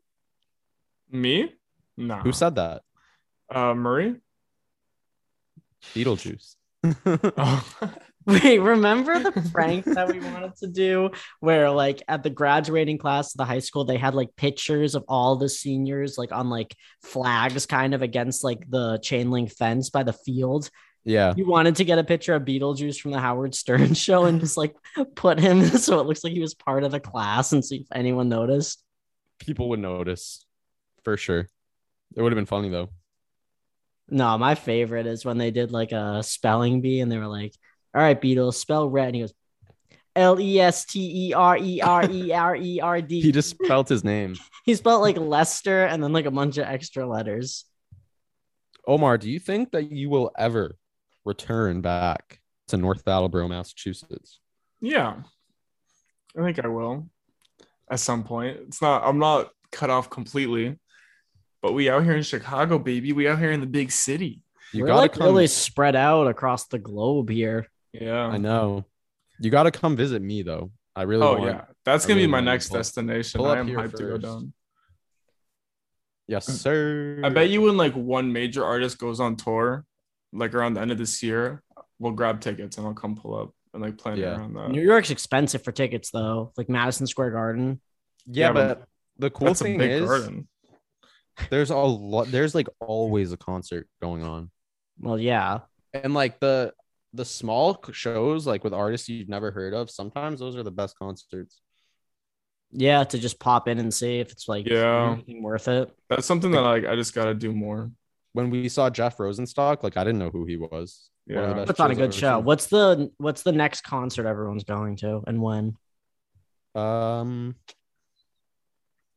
C: Me? No.
A: Who said that?
C: Uh, Murray.
A: Beetlejuice.
C: Oh.
B: Wait, remember the prank that we wanted to do where like at the graduating class of the high school they had like pictures of all the seniors like on like flags kind of against like the chain link fence by the field.
A: Yeah.
B: You wanted to get a picture of Beetlejuice from the Howard Stern show and just like put him so it looks like he was part of the class and see if anyone noticed.
A: People would notice for sure. It would have been funny though.
B: No, my favorite is when they did like a spelling bee and they were like, all right, Beatles, spell red. And he goes, L E S T E R E R E R E R D.
A: He just spelled his name.
B: he spelled like Lester and then like a bunch of extra letters.
A: Omar, do you think that you will ever return back to North Attleboro, Massachusetts?
C: yeah. I think I will. At some point, it's not. I'm not cut off completely. But we out here in Chicago, baby. We out here in the big city.
A: You
B: we're
A: gotta
B: like
A: come.
B: really spread out across the globe here.
C: Yeah.
A: I know. You gotta come visit me though. I really
C: oh
A: want.
C: yeah, that's
A: I
C: gonna
A: really
C: be my
A: want to
C: next
A: pull-
C: destination.
A: pull up
C: I am
A: here
C: hyped to go
A: first.
C: down.
A: Yes, sir.
C: Mm. I bet you when like one major artist goes on tour, like around the end of this year, we'll grab tickets and I'll come pull up and like plan it
A: Yeah.
C: around that.
B: New York's expensive for tickets though, like Madison Square Garden.
A: Yeah,
C: Yeah,
A: but
C: but
A: the cool
C: that's a
A: thing
C: big
A: is
C: garden.
A: there's a lot. There's like always a concert going on.
B: Well, yeah.
A: and like the the small c- shows like with artists you've never heard of sometimes those are the best concerts
B: Yeah, to just pop in and see if it's like
C: Yeah.
B: anything worth it.
C: That's something that like I just gotta do more.
A: when we saw jeff rosenstock like i didn't know who he was One of the
C: Yeah.
A: best
B: Puts on a
A: shows I've
B: good
A: ever
B: show.
A: seen.
B: What's the what's the next concert everyone's going to and when?
A: um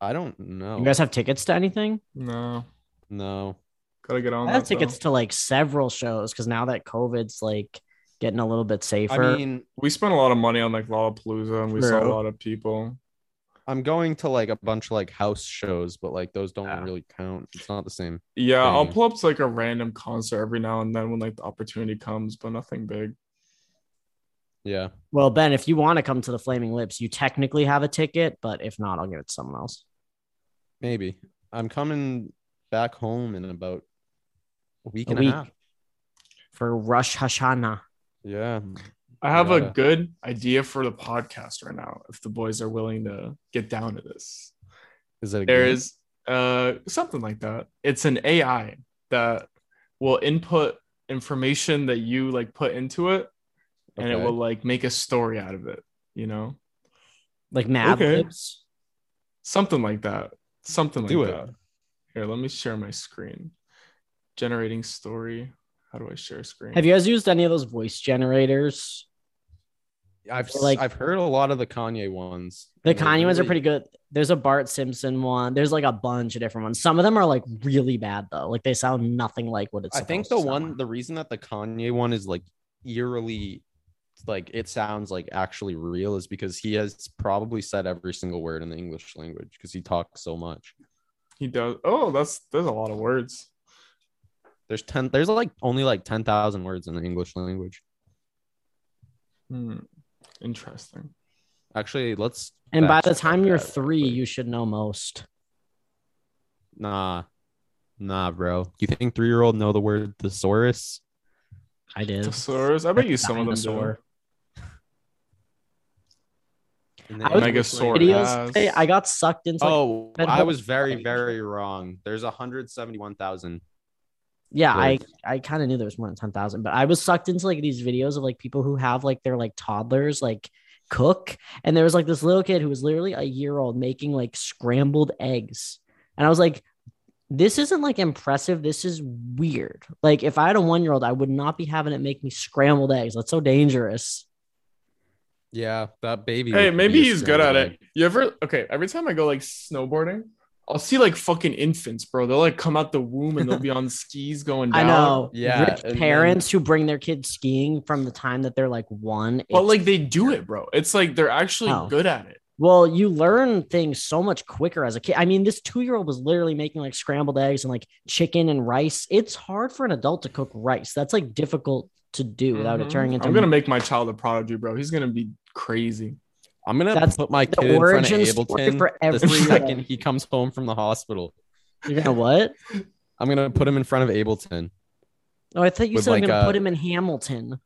A: i don't know
B: You guys have tickets to anything?
C: No,
A: no
C: gotta get on.
B: I
C: that,
B: have tickets
C: though.
B: to like several shows because now that COVID's like getting a little bit safer.
A: i mean
C: We spent a lot of money on like Lollapalooza and we saw
B: True.
C: a lot of people.
A: i'm going to like a bunch of like house shows but like those don't
B: Yeah.
A: really count it's not the same
C: Yeah, I'll
A: Dang.
C: pull up to like a random concert every now and then when like the opportunity comes, but nothing big.
A: yeah
B: Well, Ben, if you want to come to the Flaming Lips, you technically have a ticket, but if not, I'll give it to someone else.
A: maybe i'm coming back home in about a week
B: A
A: and
B: week.
A: a half
B: For Rush Hashanah.
A: yeah
C: I have a
A: Gotta-
C: good idea for the podcast right now. If the boys are willing to get down to this,
A: is it a
C: there
A: game?
C: is uh something like that. It's an AI that will input information that you like put into it, and it
A: Okay.
C: will like make a story out of it. You know,
B: Like Mad
C: Okay.
B: Libs.
C: something like that. Something like
A: Do it.
C: that. Here, let me share my screen. Generating story. How do I share screen?
B: Have you guys used any of those voice generators?
A: I've
B: Or,
A: like
B: like-
A: I've heard a lot of the Kanye ones.
B: The
A: and they're
B: Kanye ones are
A: really-
B: pretty good. There's a Bart Simpson one. There's like a bunch of different ones. Some of them are like really bad though. Like they sound nothing like what it's.
A: I think the
B: supposed to sound
A: one
B: like.
A: the reason that the Kanye one is like eerily like it sounds like actually real is because he has probably said every single word in the English language because he talks so much.
C: He does. Oh, that's there's a lot of words.
A: There's ten there's like only like ten thousand words in the English language.
C: Hmm. Interesting.
A: Actually, let's
B: And by the
A: fact-check
B: time you're
A: that
B: three,
A: quick.
B: you should know most.
A: nah. Nah, bro. You think three year old know the word thesaurus?
B: I did.
C: Thesaurus. I bet you some of them do.
B: Dinosaur.
A: And
B: I was
A: it
C: mega
A: was
C: sore.
A: like-
B: Videos. today,
C: ass.
B: I got sucked into. Like,
A: oh,
B: that
A: I
B: whole-
A: was very, very wrong. There's 171,000.
B: yeah, I
A: like-
B: I kind of knew there was more than ten thousand, but I was sucked into like these videos of like people who have like their like toddlers like cook, and there was like this little kid who was literally a year old making like scrambled eggs, and I was like, this isn't like impressive. This is weird. Like if I had a one year old, I would not be having it make me scrambled eggs. That's so dangerous.
A: Yeah, that baby.
C: Hey,
A: would
C: maybe
A: be a
C: he's good at
A: scrambled
C: it. You ever okay? Every time I go like snowboarding, I'll see like fucking infants, bro. They'll like come out the womb and they'll be on skis going down.
B: I know.
A: Yeah,
B: Rich
A: and then-
B: parents who bring their kids skiing from the time that they're like one.
C: But
B: it's-
C: like they do it, bro. It's like they're actually
B: Oh.
C: good at it.
B: well, you learn things so much quicker as a kid. I mean, this two year old was literally making like scrambled eggs and like chicken and rice. It's hard for an adult to cook rice. That's like difficult to do without it
C: Mhm.
B: turning
A: Mm-hmm.
B: into.
C: I'm gonna make my child a prodigy, bro. He's gonna be crazy.
A: I'm gonna
B: That's
A: put my
B: the
A: kid in front of
B: origin story
A: Ableton
B: for every-
A: the second he comes home from the hospital.
B: You're gonna what?
A: I'm gonna put him in front of Ableton.
B: Oh, I thought you
A: With,
B: said I'm
A: like,
B: gonna
A: uh,
B: put him in Hamilton.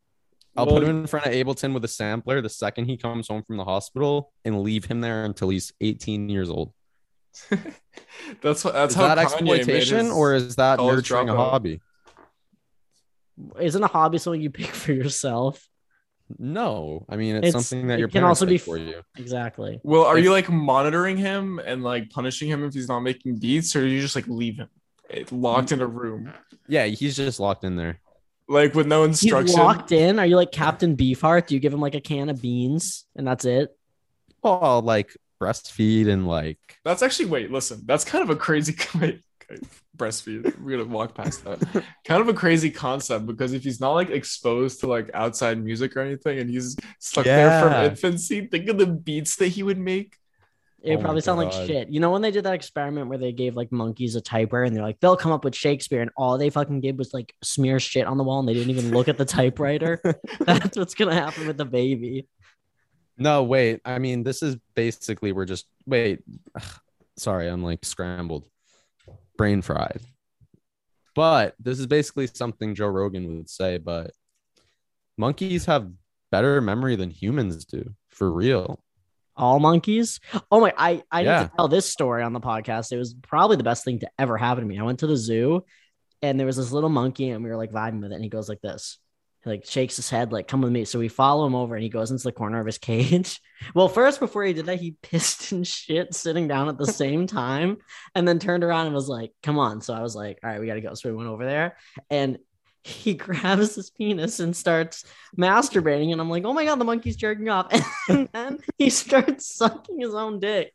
A: I'll
C: Well,
A: put him in front of Ableton with a sampler the second he comes home from the hospital and leave him there until he's 18 years old.
C: That's what. That's
A: Is
C: how
A: that exploitation or is that
C: college
A: nurturing a
C: dropout.
A: hobby?
B: Isn't a hobby something you pick for yourself?
A: No, I mean it's,
B: It's-
A: something that
B: it
A: your
B: can
A: parents also
B: also be
A: be
B: f-
A: for you.
B: Exactly.
C: well, are you like monitoring him and like punishing him if he's not making beats, or you just like leave him eh,
B: Mm.
C: locked in a room
A: Yeah, he's just locked in there.
C: like with no
B: He's
C: instruction?
B: locked in. Are you like Captain Beefheart? Do you give him like a can of beans and that's it?
A: Well, I'll, like breastfeed and like
C: That's actually wait, listen, that's kind of a crazy wait, okay, breastfeed. We're gonna walk past that. kind of a crazy concept because if he's not like exposed to like outside music or anything and he's stuck there
A: Yeah.
C: from infancy, think of the beats that he would make.
B: It would
A: Oh my
B: probably sound like
A: God.
B: shit. You know when they did that experiment where they gave like monkeys a typewriter and they're like they'll come up with Shakespeare and all they fucking did was like smear shit on the wall and they didn't even look at the typewriter. That's what's gonna happen with the baby.
A: no wait. I mean, this is basically we're just wait. Ugh, sorry, I'm like scrambled, brain fried. But this is basically something Joe Rogan would say. But monkeys have better memory than humans do, for real.
B: All monkeys. Oh my! I I need
A: Yeah.
B: to tell this story on the podcast. It was probably the best thing to ever happen to me. I went to the zoo, and there was this little monkey, and we were like vibing with it, and he goes like this. He like shakes his head, like "Come with me." So we follow him over, and he goes into the corner of his cage. Well, first before he did that, he pissed and shit sitting down at the same time. and then turned around and was like, "Come on!" So I was like, "All right, we gotta go." So we went over there, and he grabs his penis and starts masturbating, and I'm like, "Oh my god, the monkey's jerking off!" And then he starts sucking his own dick,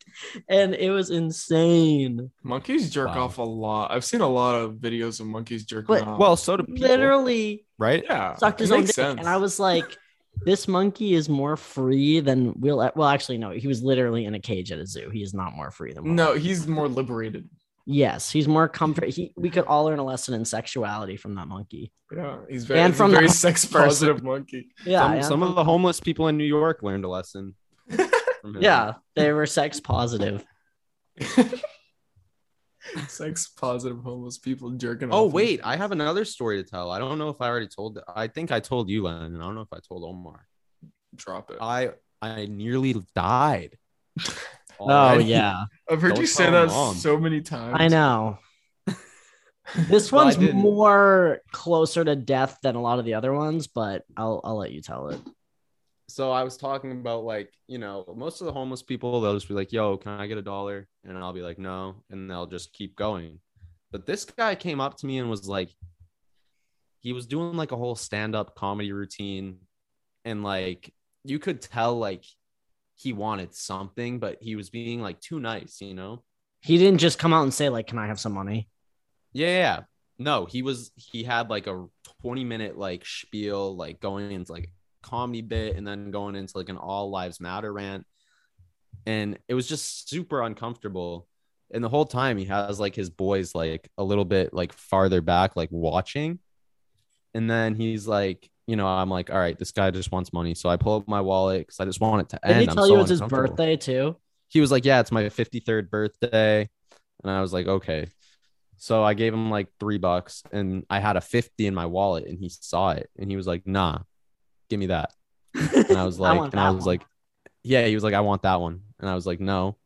B: and it was insane.
C: Monkeys jerk
A: Wow.
C: off a lot. I've seen a lot of videos of monkeys jerking
B: But-
C: off.
A: Well, so do people,
B: Literally
A: right?
C: yeah,
B: sucked
C: it
B: his own
C: makes
B: dick, and I was like. This monkey is more free than we'll. e-, Well, actually, no. He was literally in a cage at a zoo. He is not more free than we'll
C: no, he's more liberated.
B: Yes, he's more comfort. He, we could all learn a lesson in sexuality from that monkey.
C: Yeah, he's very,
B: And
C: he's a
B: from
C: very
B: the-
C: sex positive monkey.
B: Yeah,
A: some,
B: yeah.
A: some of the homeless people in New York learned a lesson. from him.
B: Yeah, they were sex positive.
C: sex positive homeless people jerking off.
A: Oh
C: in-
A: wait, I have another story to tell. I don't know if I already told. I think I told you, Lennon. I don't know if I told Omar.
C: drop it.
A: I I nearly died.
B: Oh
A: Already.
B: yeah,
C: I've heard
A: Don't
C: you say
A: tell
C: that
A: mom.
C: so many times.
B: I know. This
A: Well, I
B: one's
A: didn't.
B: more closer to death than a lot of the other ones, but I'll I'll let you tell it.
A: So I was talking about like you know most of the homeless people they'll just be like, "Yo, can I get a dollar?" And I'll be like, "No," and they'll just keep going. But this guy came up to me and was like, he was doing like a whole stand up comedy routine. And like, you could tell like he wanted something, but he was being like too nice, you know?
B: He didn't just come out and say like, "Can I have some money?"
A: Yeah. yeah, yeah. No, he was, he had like a 20 minute like spiel, like going into like a comedy bit and then going into like an all lives matter rant. And it was just super uncomfortable. And the whole time he has like his boys like a little bit like farther back, like watching. And then he's like, you know, I'm like, all right, this guy just wants money. So I pull up my wallet because I just want it to
B: Did
A: end.
B: he
A: I'm
B: tell
A: so
B: you it's his
A: uncomfortable
B: birthday too?
A: he was like, Yeah, it's my 53rd birthday. And I was like, Okay. So I gave him like three bucks and I had a 50 in my wallet and he saw it and he was like, Nah, give me that. And I was
B: I
A: like,
B: want
A: and I
B: that
A: was
B: one.
A: like, yeah, he was like, I want that one. And I was like, no.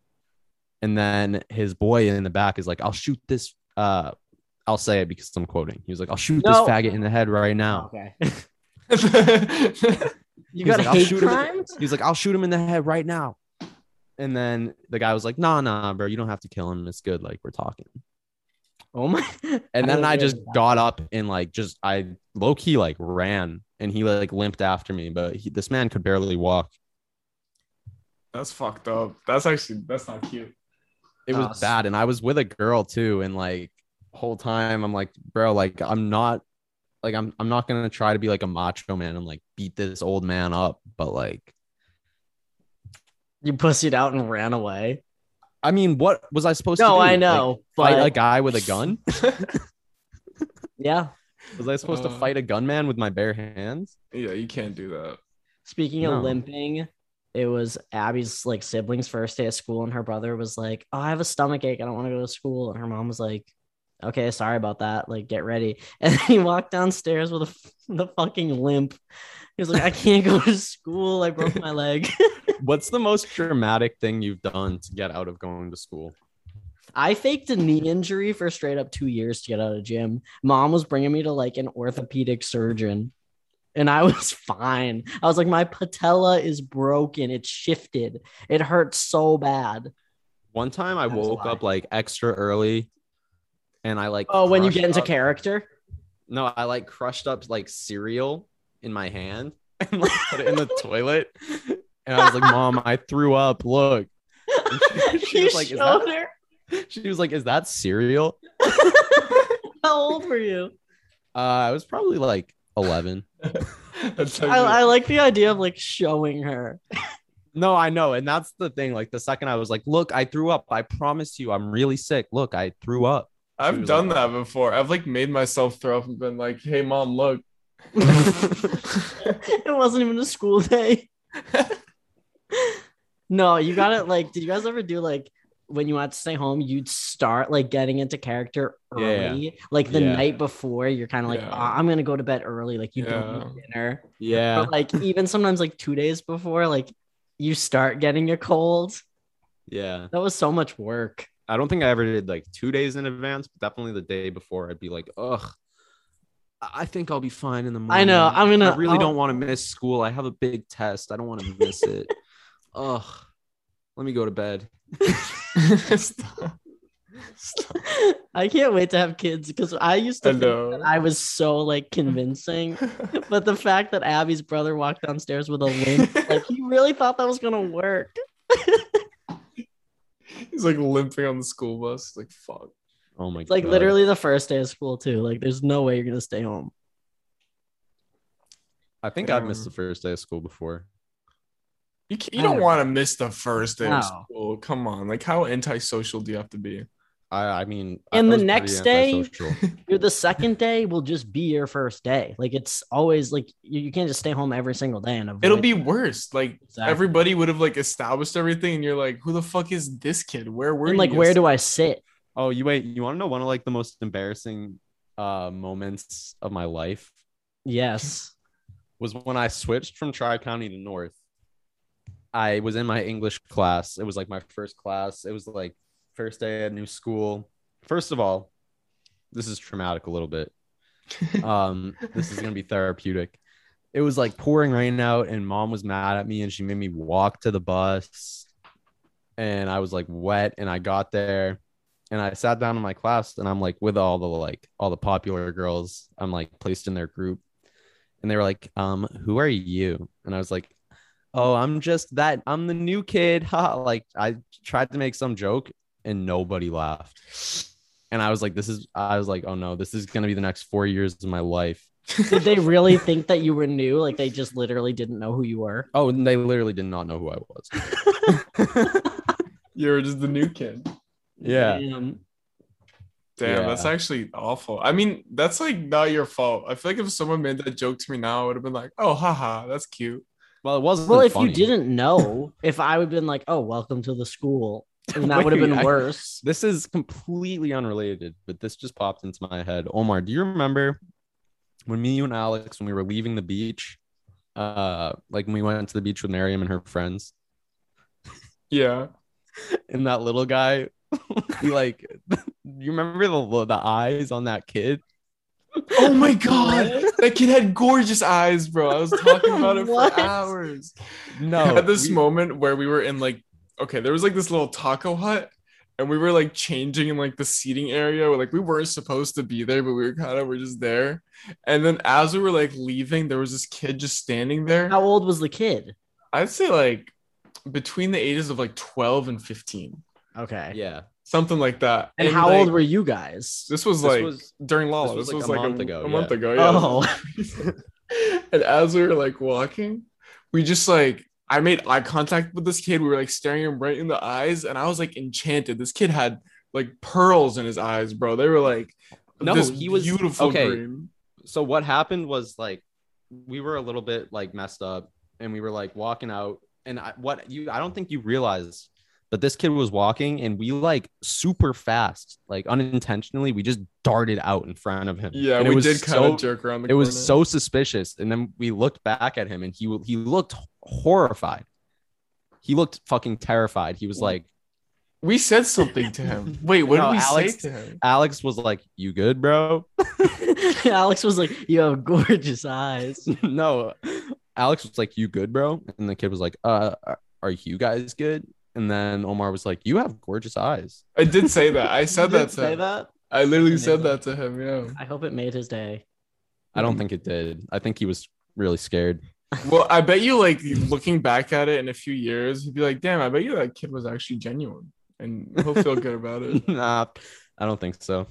A: And then his boy in the back is like, I'll shoot this. Uh, I'll say it because I'm quoting. He was like, I'll shoot
B: No.
A: this faggot in the head right now.
B: Okay.
A: He was
B: You got
A: like, I'll
B: hate
A: shoot him.
B: crimes?
A: He was like, I'll shoot him in the head right now. And then the guy was like, nah, nah, bro, you don't have to kill him. It's good. Like, we're talking.
B: Oh my.
A: And then
B: don't
A: I
B: hear
A: just
B: that.
A: got up and like just I low key like ran and he like limped after me, but he, this man could barely walk.
C: That's fucked up. That's actually that's not cute.
A: It was
B: Oh, s-
A: bad, and I was with a girl too, and like whole time I'm like, bro, like I'm not like I'm I'm not gonna try to be like a macho man and like beat this old man up, but like
B: You pussied out and ran away.
A: I mean, what was I supposed to?
B: No,
A: do?
B: I know,
A: Like,
B: but
A: fight a guy with a gun?
B: yeah.
A: Was I supposed to
C: Uh.
A: fight a gunman with my bare hands?
C: Yeah, you can't do that.
B: Speaking
A: No.
B: of limping, it was Abby's like siblings' first day of school, and her brother was like, "Oh, I have a stomach ache. I don't want to go to school." And her mom was like, "Okay, sorry about that. Like, get ready." And then he walked downstairs with a f- the fucking limp. He was like, "I can't go to school. I broke my leg."
A: What's the most dramatic thing you've done to get out of going to school?
B: I faked a knee injury for straight up two years to get out of gym. Mom was bringing me to like an orthopedic surgeon, and I was fine. I was like, my patella is broken. It's shifted. It hurts so bad.
A: One time I
B: That was a
A: woke
B: lie.
A: up like extra early and I like
B: Oh, when you
A: crushed
B: get into
A: up-
B: character,
A: No, I like crushed up like cereal in my hand and like put it in the toilet. And I was like, Mom, I threw up. Look. And she, she
B: You
A: was like, is
B: showed
A: that,
B: her.
A: she was like, Is that cereal?
B: How old were you?
A: Uh, I was probably like 11.
C: That's
B: I, I like the idea of like showing her.
A: No, I know. And that's the thing. Like, the second I was like, Look, I threw up. I promise you, I'm really sick. Look, I threw up. She
C: I've
A: was
C: done
A: like-
C: that before. I've like made myself throw up and been like, "Hey, mom, look."
B: it wasn't even a school day. no, you got it. Like, did you guys ever do like when you had to stay home, you'd start like getting into character
A: Yeah.
B: early, like the
A: Yeah.
B: night before. You're kind of like,
C: Yeah.
B: "Ah, I'm gonna go to bed early. Like, you don't eat dinner,
A: Yeah.
B: but like even sometimes like two days before, like you start getting a cold.
A: Yeah.
B: That was so much work.
A: I don't think I ever did like two days in advance, but definitely the day before, I'd be like, ugh, I I think I'll be fine in the morning.
B: I know, I'm gonna-
A: I really
B: I'll-
A: don't want to miss school. I have a big test. I don't want to miss it. Ugh. Let me go to bed.
C: Stop. Stop.
B: I can't wait to have kids because I used to
C: I
B: think
C: know.
B: that I was so like convincing. But the fact that Abby's brother walked downstairs with a limp, like he really thought that was gonna work.
C: He's like limping on the school bus. Like, fuck.
A: Oh my
B: It's like
A: god.
B: literally the first day of school too. Like there's no way you're gonna stay home.
A: I think I've missed the first day of school before.
C: You, can, you
B: I
C: don't
B: don't-
C: want to miss the first day of
B: No.
C: school. Come on. Like, how antisocial do you have to be?
A: I, I mean, I
B: And the
A: was pretty
B: next day-
A: antisocial.
B: You're the second day will just be your first day. Like it's always like you, you can't just stay home every single day and avoid
C: It'll be worse. Like,
B: Exactly.
C: everybody would have like established everything, and you're like, who the fuck is this kid? Where were
B: and
C: you?
B: like where do I sit?
A: oh, you wait. You want to know one of like the most embarrassing uh, moments of my life
B: Yes.
A: was when I switched from Tri County to North. I was in my English class. It was like my first class. It was like first day at new school. First of all, this is traumatic a little bit. Um, this is gonna be therapeutic. It was like pouring rain out, and mom was mad at me, and she made me walk to the bus. And I was like wet, and I got there, and I sat down in my class, and I'm like with all the like all the popular girls. I'm like placed in their group, and they were like, um, who are you? And I was like, oh, I'm just that. I'm the new kid. Ha. Like I tried to make some joke and nobody laughed. And I was like, this is, I was like, oh no, this is going to be the next four years of my life.
B: Did they really think that you were new? Like they just literally didn't know who you were.
A: Oh, and they literally did not know who I was.
C: You're just the new kid.
A: Yeah.
B: Damn.
C: Damn,
A: Yeah.
C: that's actually awful. I mean, that's like not your fault. I feel like if someone made that joke to me now, I would have been like, oh, haha, that's cute.
A: Well, it wasn't.
B: Well, if
A: funny.
B: you didn't know, if I would have been like, oh, welcome to the school, and that would have
A: Wait,
B: been
A: I-
B: worse.
A: This is completely unrelated, but this just popped into my head. Omar, do you remember when me, you, and Alex, when we were leaving the beach, uh, like when we went to the beach with Miriam and her friends,
C: Yeah.
A: and that little guy he like you remember the the eyes on that kid
C: Oh my god, that kid had gorgeous eyes, bro. I was talking about it for
B: What?
C: hours.
A: no
C: At this
A: Oh, we-
C: moment where we were in like, okay, there was like this little taco hut, and we were like changing in like the seating area. Like we weren't supposed to be there, but we were kind of we're just there. And then as we were like leaving, there was this kid just standing there.
B: How old was the kid?
C: I'd say like between the ages of like twelve and fifteen,
B: Okay.
A: yeah
C: something like that.
B: And, how old
C: like,
B: were you guys?
C: This was
A: This
C: like
A: was-
C: during Lala.
A: this was,
C: This
A: like,
C: was,
A: a
C: like, a
A: month ago,
C: A month
A: yeah.
C: ago. Yeah.
B: Oh,
C: and as we were like walking, we just like I made eye contact with this kid. We were like staring him right in the eyes, and I was like enchanted. This kid had like pearls in his eyes, bro. They were like
A: No,
C: this
A: he was-
C: beautiful
A: okay.
C: green.
A: so what happened was like we were a little bit like messed up and we were like walking out and I, what you i don't think you realized but this kid was walking and we like super fast like unintentionally we just darted out in front of him
C: Yeah,
A: and
C: we
A: it was
C: did kind
A: so,
C: of jerk around the
A: it was
C: corner.
A: so suspicious and then we looked back at him and he he looked horrified he looked fucking terrified he was like
C: we said something to him. Wait, what
A: No,
C: did we
A: Alex-
C: say to him?
A: alex was like you good bro
B: Alex was like, "You have gorgeous eyes."
A: no, Alex was like, "You good, bro?" And the kid was like, "Uh, are- are you guys good?" And then Omar was like, "You have gorgeous eyes."
C: I did say that. I said
B: You did
C: that to
B: say
C: him.
B: that.
C: I literally
B: Amazing.
C: said that to him. Yeah.
B: I hope it made his day.
A: I
B: Mm-hmm.
A: don't think it did. I think he was really scared.
C: Well, I bet you like looking back at it in a few years, you'd be like, damn, I bet you that kid was actually genuine. And he'll feel good about it.
A: nah, I don't think so.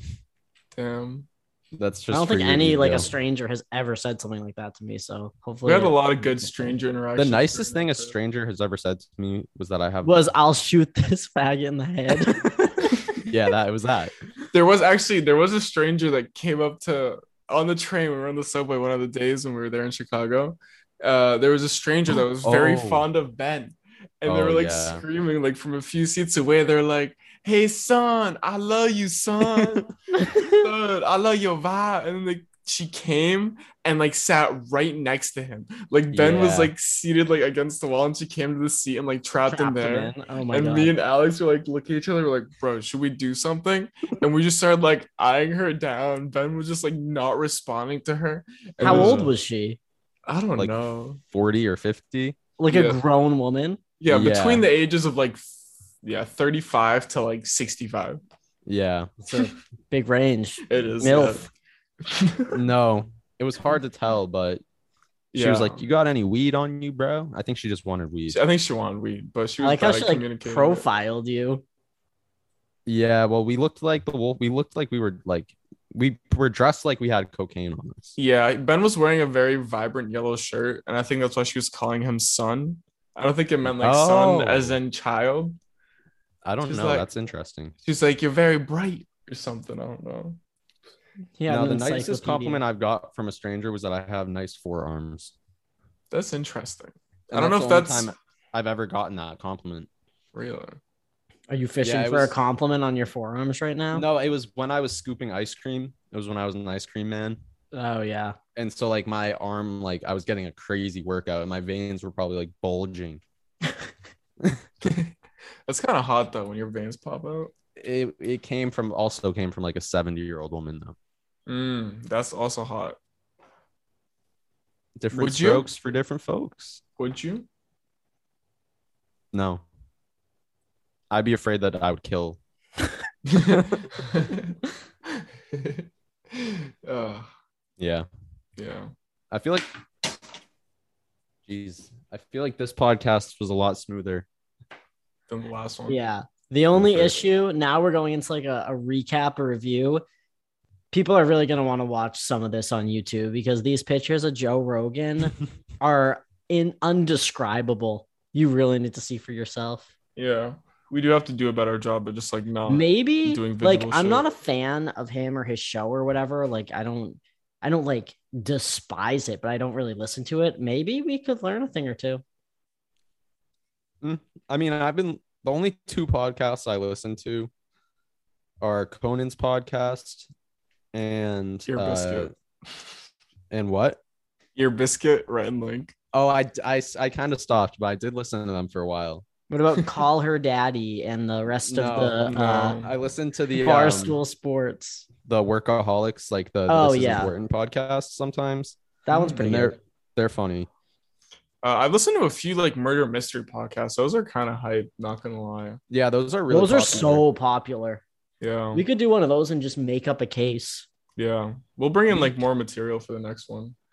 C: Damn.
A: That's just.
B: I don't
A: for
B: think
A: your
B: any like a
A: ego.
B: stranger has ever said something like that to me. So hopefully,
C: We had a lot of good stranger
A: The
C: interactions.
A: nicest thing a stranger has ever said to me was that I have.
B: was I'll shoot this faggot in the head.
A: yeah, that it was that.
C: There was actually there was a stranger that came up to on the train. We were on the subway one of the days when we were there in Chicago. Uh, there was a stranger that was very
A: Oh.
C: fond of Ben, and they
A: Oh,
C: were like
A: yeah.
C: screaming like from a few seats away. They're like, "Hey son, I love you, son." Dude, I love your vibe. And then like she came and like sat right next to him. Like Ben
A: Yeah.
C: was like seated like against the wall and she came to the seat and like trapped, him
B: Trapped
C: there.
B: him in. Oh my
C: and
B: god!
C: me and Alex were like looking at each other, we're like, bro, should we do something? And we just started like eyeing her down. Ben was just like not responding to her. And
B: How
C: it
B: old was she?
C: I don't
A: Like-
C: know.
A: Forty or fifty.
B: Like a
C: Yeah.
B: grown woman.
C: Yeah,
A: Yeah.
C: between the ages of like f- yeah, 35 to like 65.
A: Yeah.
B: It's a big range.
C: It is.
B: Milf.
C: yeah.
A: No, it was hard to tell, but she was
C: Yeah.
A: like, "You got any weed on you, bro?" I think she just wanted weed.
C: I think she wanted weed, but she
B: I
C: was
B: like how
C: bad
B: she
C: at
B: like
C: communicating it.
B: profiled you.
A: Yeah, well, we looked like the wolf. We looked like we were like we were dressed like we had cocaine on us.
C: Yeah, Ben was wearing a very vibrant yellow shirt, and I think that's why she was calling him son. I don't think it meant like
A: Oh.
C: son as in child.
A: I don't
C: She's
A: know.
C: like-
A: That's interesting.
C: She's like, You're very bright or something. I don't know.
B: Yeah.
A: now,
B: an
A: the nicest
B: encyclopedia.
A: compliment I've got from a stranger was that I have nice forearms.
C: That's interesting. I
A: And
C: don't know if
A: the only
C: that's-
A: time I've ever gotten that compliment.
C: Really?
B: Are you fishing
A: Yeah, it
B: for
A: was-
B: a compliment on your forearms right now?
A: No, it was when I was scooping ice cream. It was when I was an ice cream man.
B: Oh yeah.
A: And so like my arm, like I was getting a crazy workout and my veins were probably like bulging.
C: That's kind of hot though when your veins pop out.
A: It it came from also came from like a 70 year old woman though.
C: Mm, that's also hot.
A: Different
C: Would you-
A: strokes for different folks.
C: Would you?
A: No. I'd be afraid that I would kill
C: uh,
A: Yeah.
C: yeah.
A: I feel like jeez, I feel like this podcast was a lot smoother.
C: Then the last one.
B: Yeah. The only
A: Okay.
B: issue now we're going into like a, a recap or review. People are really going to want to watch some of this on YouTube because these pictures of Joe Rogan are in undescribable. You really need to see for yourself.
C: Yeah. We do have to do a better job, but just like not.
B: Maybe
C: Uh, doing
B: like
C: visual
B: I'm
C: shit.
B: not a fan of him or his show or whatever. Like I don't I don't like despise it, but I don't really listen to it. Maybe we could learn a thing or two.
A: I mean, I've been the only two podcasts I listen to are Conan's podcast and
C: Your
A: uh,
C: biscuit.
A: and what?
C: Your biscuit, right and link.
A: Oh, I I, I kind of stopped, but I did listen to them for a while.
B: What about Call Her Daddy and the rest of the
C: no.
B: uh,
A: I listened to the um,
B: Barstool Sports?
A: the workaholics like the
B: Oh,
A: this
B: yeah.
A: is important podcast sometimes.
B: That one's
C: Mm,
B: pretty
A: and
B: good.
A: they're they're funny.
C: Uh, I've listened to a few like murder mystery podcasts. Those are kind of hype. Not gonna lie.
A: Yeah, those are really
B: Those are
A: popular.
B: so popular.
C: Yeah.
B: We could do one of those and just make up a case.
C: yeah. We'll bring in like more material for the next one.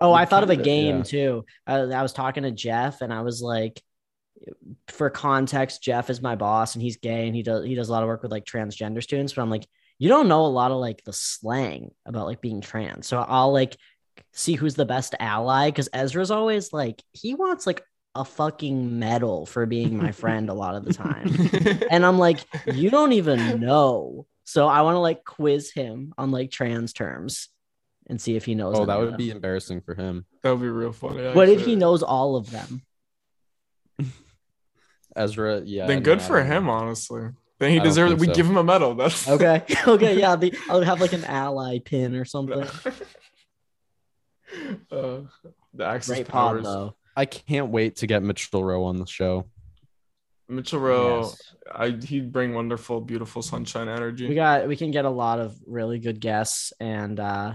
B: Oh,
A: We
B: I thought of a
A: kinda-
B: game
A: yeah.
B: too. I, I was talking to Jeff, and I was like, for context, Jeff is my boss, and he's gay, and he does he does a lot of work with like transgender students. But I'm like, you don't know a lot of like the slang about like being trans, so I'll like see who's the best ally because Ezra's always like he wants like a fucking medal for being my friend a lot of the time. And I'm like, you don't even know. So I want to like quiz him on like trans terms and see if he knows.
A: Oh,
B: any
A: that
B: of
A: would
B: them.
A: be embarrassing for him.
C: that would be real funny.
B: What if he
C: actually.
B: knows all of them?
A: Ezra, yeah.
C: Then
A: no,
C: good
A: I
C: for
A: don't
C: him,
A: know.
C: honestly. Then he
A: I don't
C: deserves.
A: think
C: We
A: so.
C: give him a medal. That's
B: Okay. okay. Yeah. The, I'll have like an ally pin or something.
C: uh, the access
B: Great pod
C: powers.
B: though.
A: I can't wait to get Mitchell Rowe on the show.
C: Mitchell Rowe,
B: Yes.
C: I he'd bring wonderful, beautiful sunshine energy.
B: We got. We can get a lot of really good guests, and uh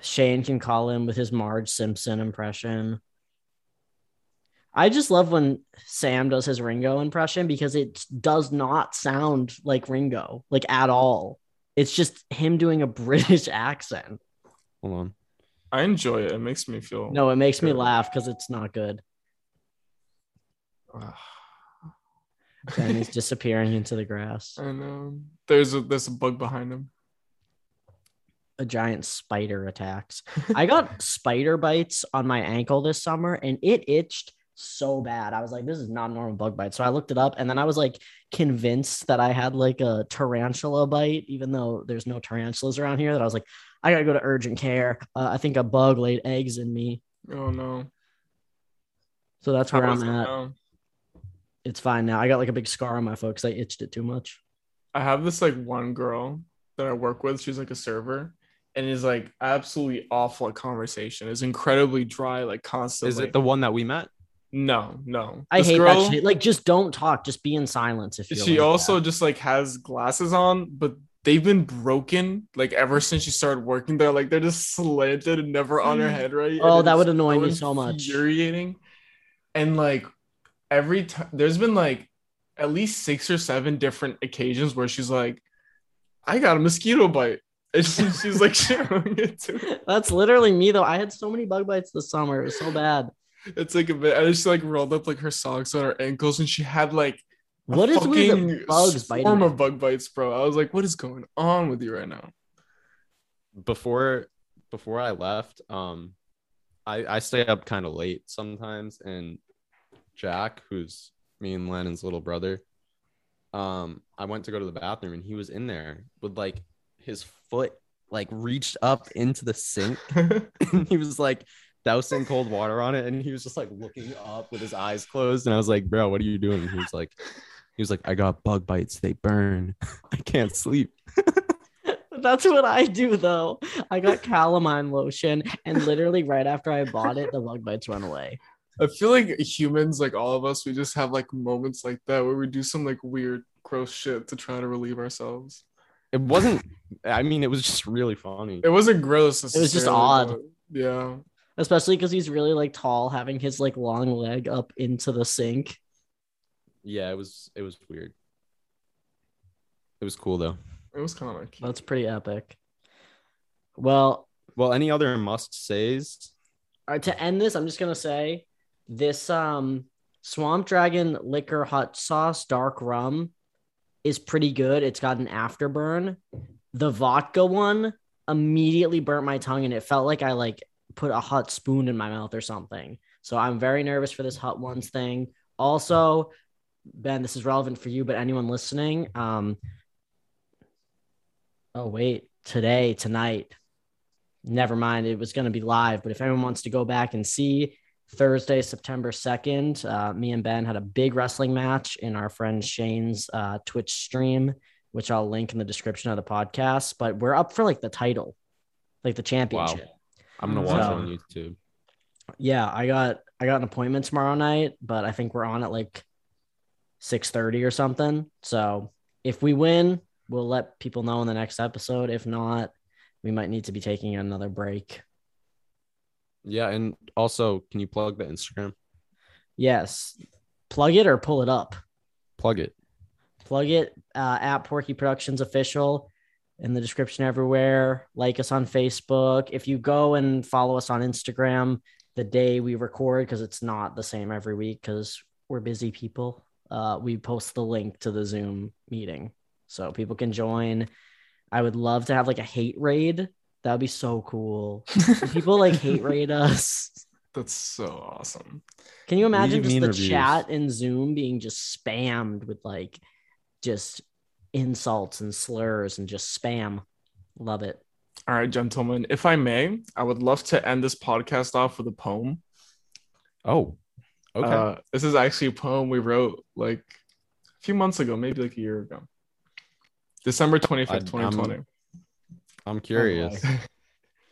B: Shane can call in with his Marge Simpson impression. I just love when Sam does his Ringo impression because it does not sound like Ringo, like at all. It's just him doing a British accent.
A: Hold on.
C: I enjoy it. It makes me feel.
B: No, it makes me
C: Good.
B: laugh because it's not good.
C: Ah.
B: And he's disappearing into the grass.
C: and um, there's a there's a bug behind him.
B: a giant spider attacks. I got spider bites on my ankle this summer and it itched so bad. I was like, this is not a normal bug bite. So I looked it up and then I was like convinced that I had like a tarantula bite, even though there's no tarantulas around here. That I was like, I gotta go to urgent care. Uh, I think a bug laid eggs in me.
C: Oh no.
B: So that's where
C: How
B: I'm
C: is it
B: at.
C: now?
B: It's fine now. I got like a big scar on my foot because I itched it too much.
C: I have this like one girl that I work with. She's like a server and is like absolutely awful at conversation. Is incredibly dry, like constantly.
A: Is it the one that we met?
C: no, no?
B: I
C: This
B: hate
C: girl,
B: that shit. Like, just don't talk. Just be in silence. If you
C: She also just like has glasses on, but they've been broken like ever since she started working there. Like they're just slanted and never on her head right.
B: Oh,
C: And
B: that
C: it's
B: would annoy
C: so
B: me so much.
C: Infuriating. And like every time, there's been like at least six or seven different occasions where she's like, "I got a mosquito bite," and she, she's like sharing it to me.
B: That's literally me though. I had so many bug bites this summer. It was so bad.
C: It's like a bit. And she like rolled up like her socks on her ankles, and she had like. a
B: What is
C: fucking
B: with the bugs biting?
C: swarm
B: me?
C: of bug bites, bro. I was like, "What is going on with you right now?"
A: before before I left, um, I I stay up kind of late sometimes, and Jack, who's me and Lennon's little brother, um, I went to go to the bathroom, and he was in there with like his foot like reached up into the sink, and he was like dousing cold water on it, and he was just like looking up with his eyes closed, and I was like, "Bro, what are you doing?" And he was like. He was like, I got bug bites. They burn. I can't sleep.
B: That's what I do though. I got calamine lotion, and literally right after I bought it, the bug bites went away.
C: I feel like humans, like all of us, we just have like moments like that where we do some like weird, gross shit to try to relieve ourselves.
A: It wasn't. I mean, it was just really funny.
C: It wasn't gross.
B: was just
C: necessarily,
B: odd.
C: but- Yeah.
B: Especially because he's really like tall, having his like long leg up into the sink.
A: Yeah, it was it was weird. It was cool though.
C: It was kind of like
B: That's pretty epic. Well,
A: Well, any other must says?
B: All right, to end this, I'm just gonna say this um Swamp Dragon liquor hot sauce dark rum is pretty good. It's got an afterburn. The vodka one immediately burnt my tongue and it felt like I like put a hot spoon in my mouth or something. So I'm very nervous for this hot ones thing. Also, Ben, this is relevant for you, but anyone listening, um oh wait, today, tonight, never mind it was going to be live but if anyone wants to go back and see thursday september 2nd uh, me and ben had a big wrestling match in our friend shane's uh, twitch stream which i'll link in the description of the podcast but we're up for like the title like the championship
A: I'm gonna watch
B: So-
A: it on YouTube.
B: yeah i got i got an appointment tomorrow night but i think we're on at like six thirty or something. So if we win, we'll let people know in the next episode. If not, we might need to be taking another break.
A: Yeah, and also, can you plug the Instagram?
B: Yes, plug it or pull it up.
A: Plug it.
B: plug it uh, at Porky Productions Official in the description everywhere. Like us on Facebook. If you go and follow us on Instagram the day we record, because it's not the same every week because we're busy people, uh, we post the link to the Zoom meeting so people can join. I would love to have like a hate raid. That would be so cool. If people like hate raid us.
C: That's so awesome.
B: Can you imagine
A: Leave
B: just
A: mean
B: the
A: reviews.
B: chat in Zoom being just spammed with like just insults and slurs and just spam? Love it.
C: All right, gentlemen. If I may, I would love to end this podcast off with a poem.
A: Oh, okay.
C: Uh, this is actually a poem we wrote like a few months ago, maybe like a year ago. December 25th,
A: I- I'm
C: 2020.
A: I'm
B: oh,
A: curious.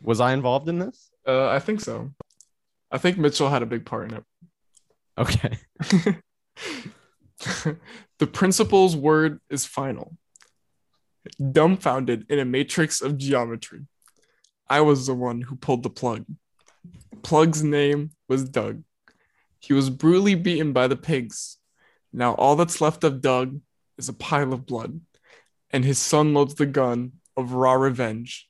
A: Was I involved in this?
C: Uh, I think so. I think Mitchell had a big part in
A: Okay.
C: it. the principal's word is final, dumbfounded in a matrix of geometry. I was the one who pulled the plug. Plug's name was Doug. He was brutally beaten by the pigs. Now all that's left of Doug is a pile of blood, and his son loads the gun of raw revenge.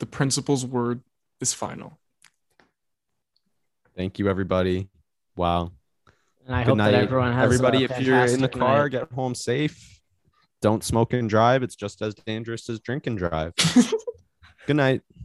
C: The principal's word is final.
A: Thank you, everybody. Wow.
B: And I
A: Good
B: hope
A: night,
B: that everyone has a
A: everybody. If you're in the
B: fantastic
A: car,
B: night.
A: get home safe. Don't smoke and drive. It's just as dangerous as drink and drive. Good night.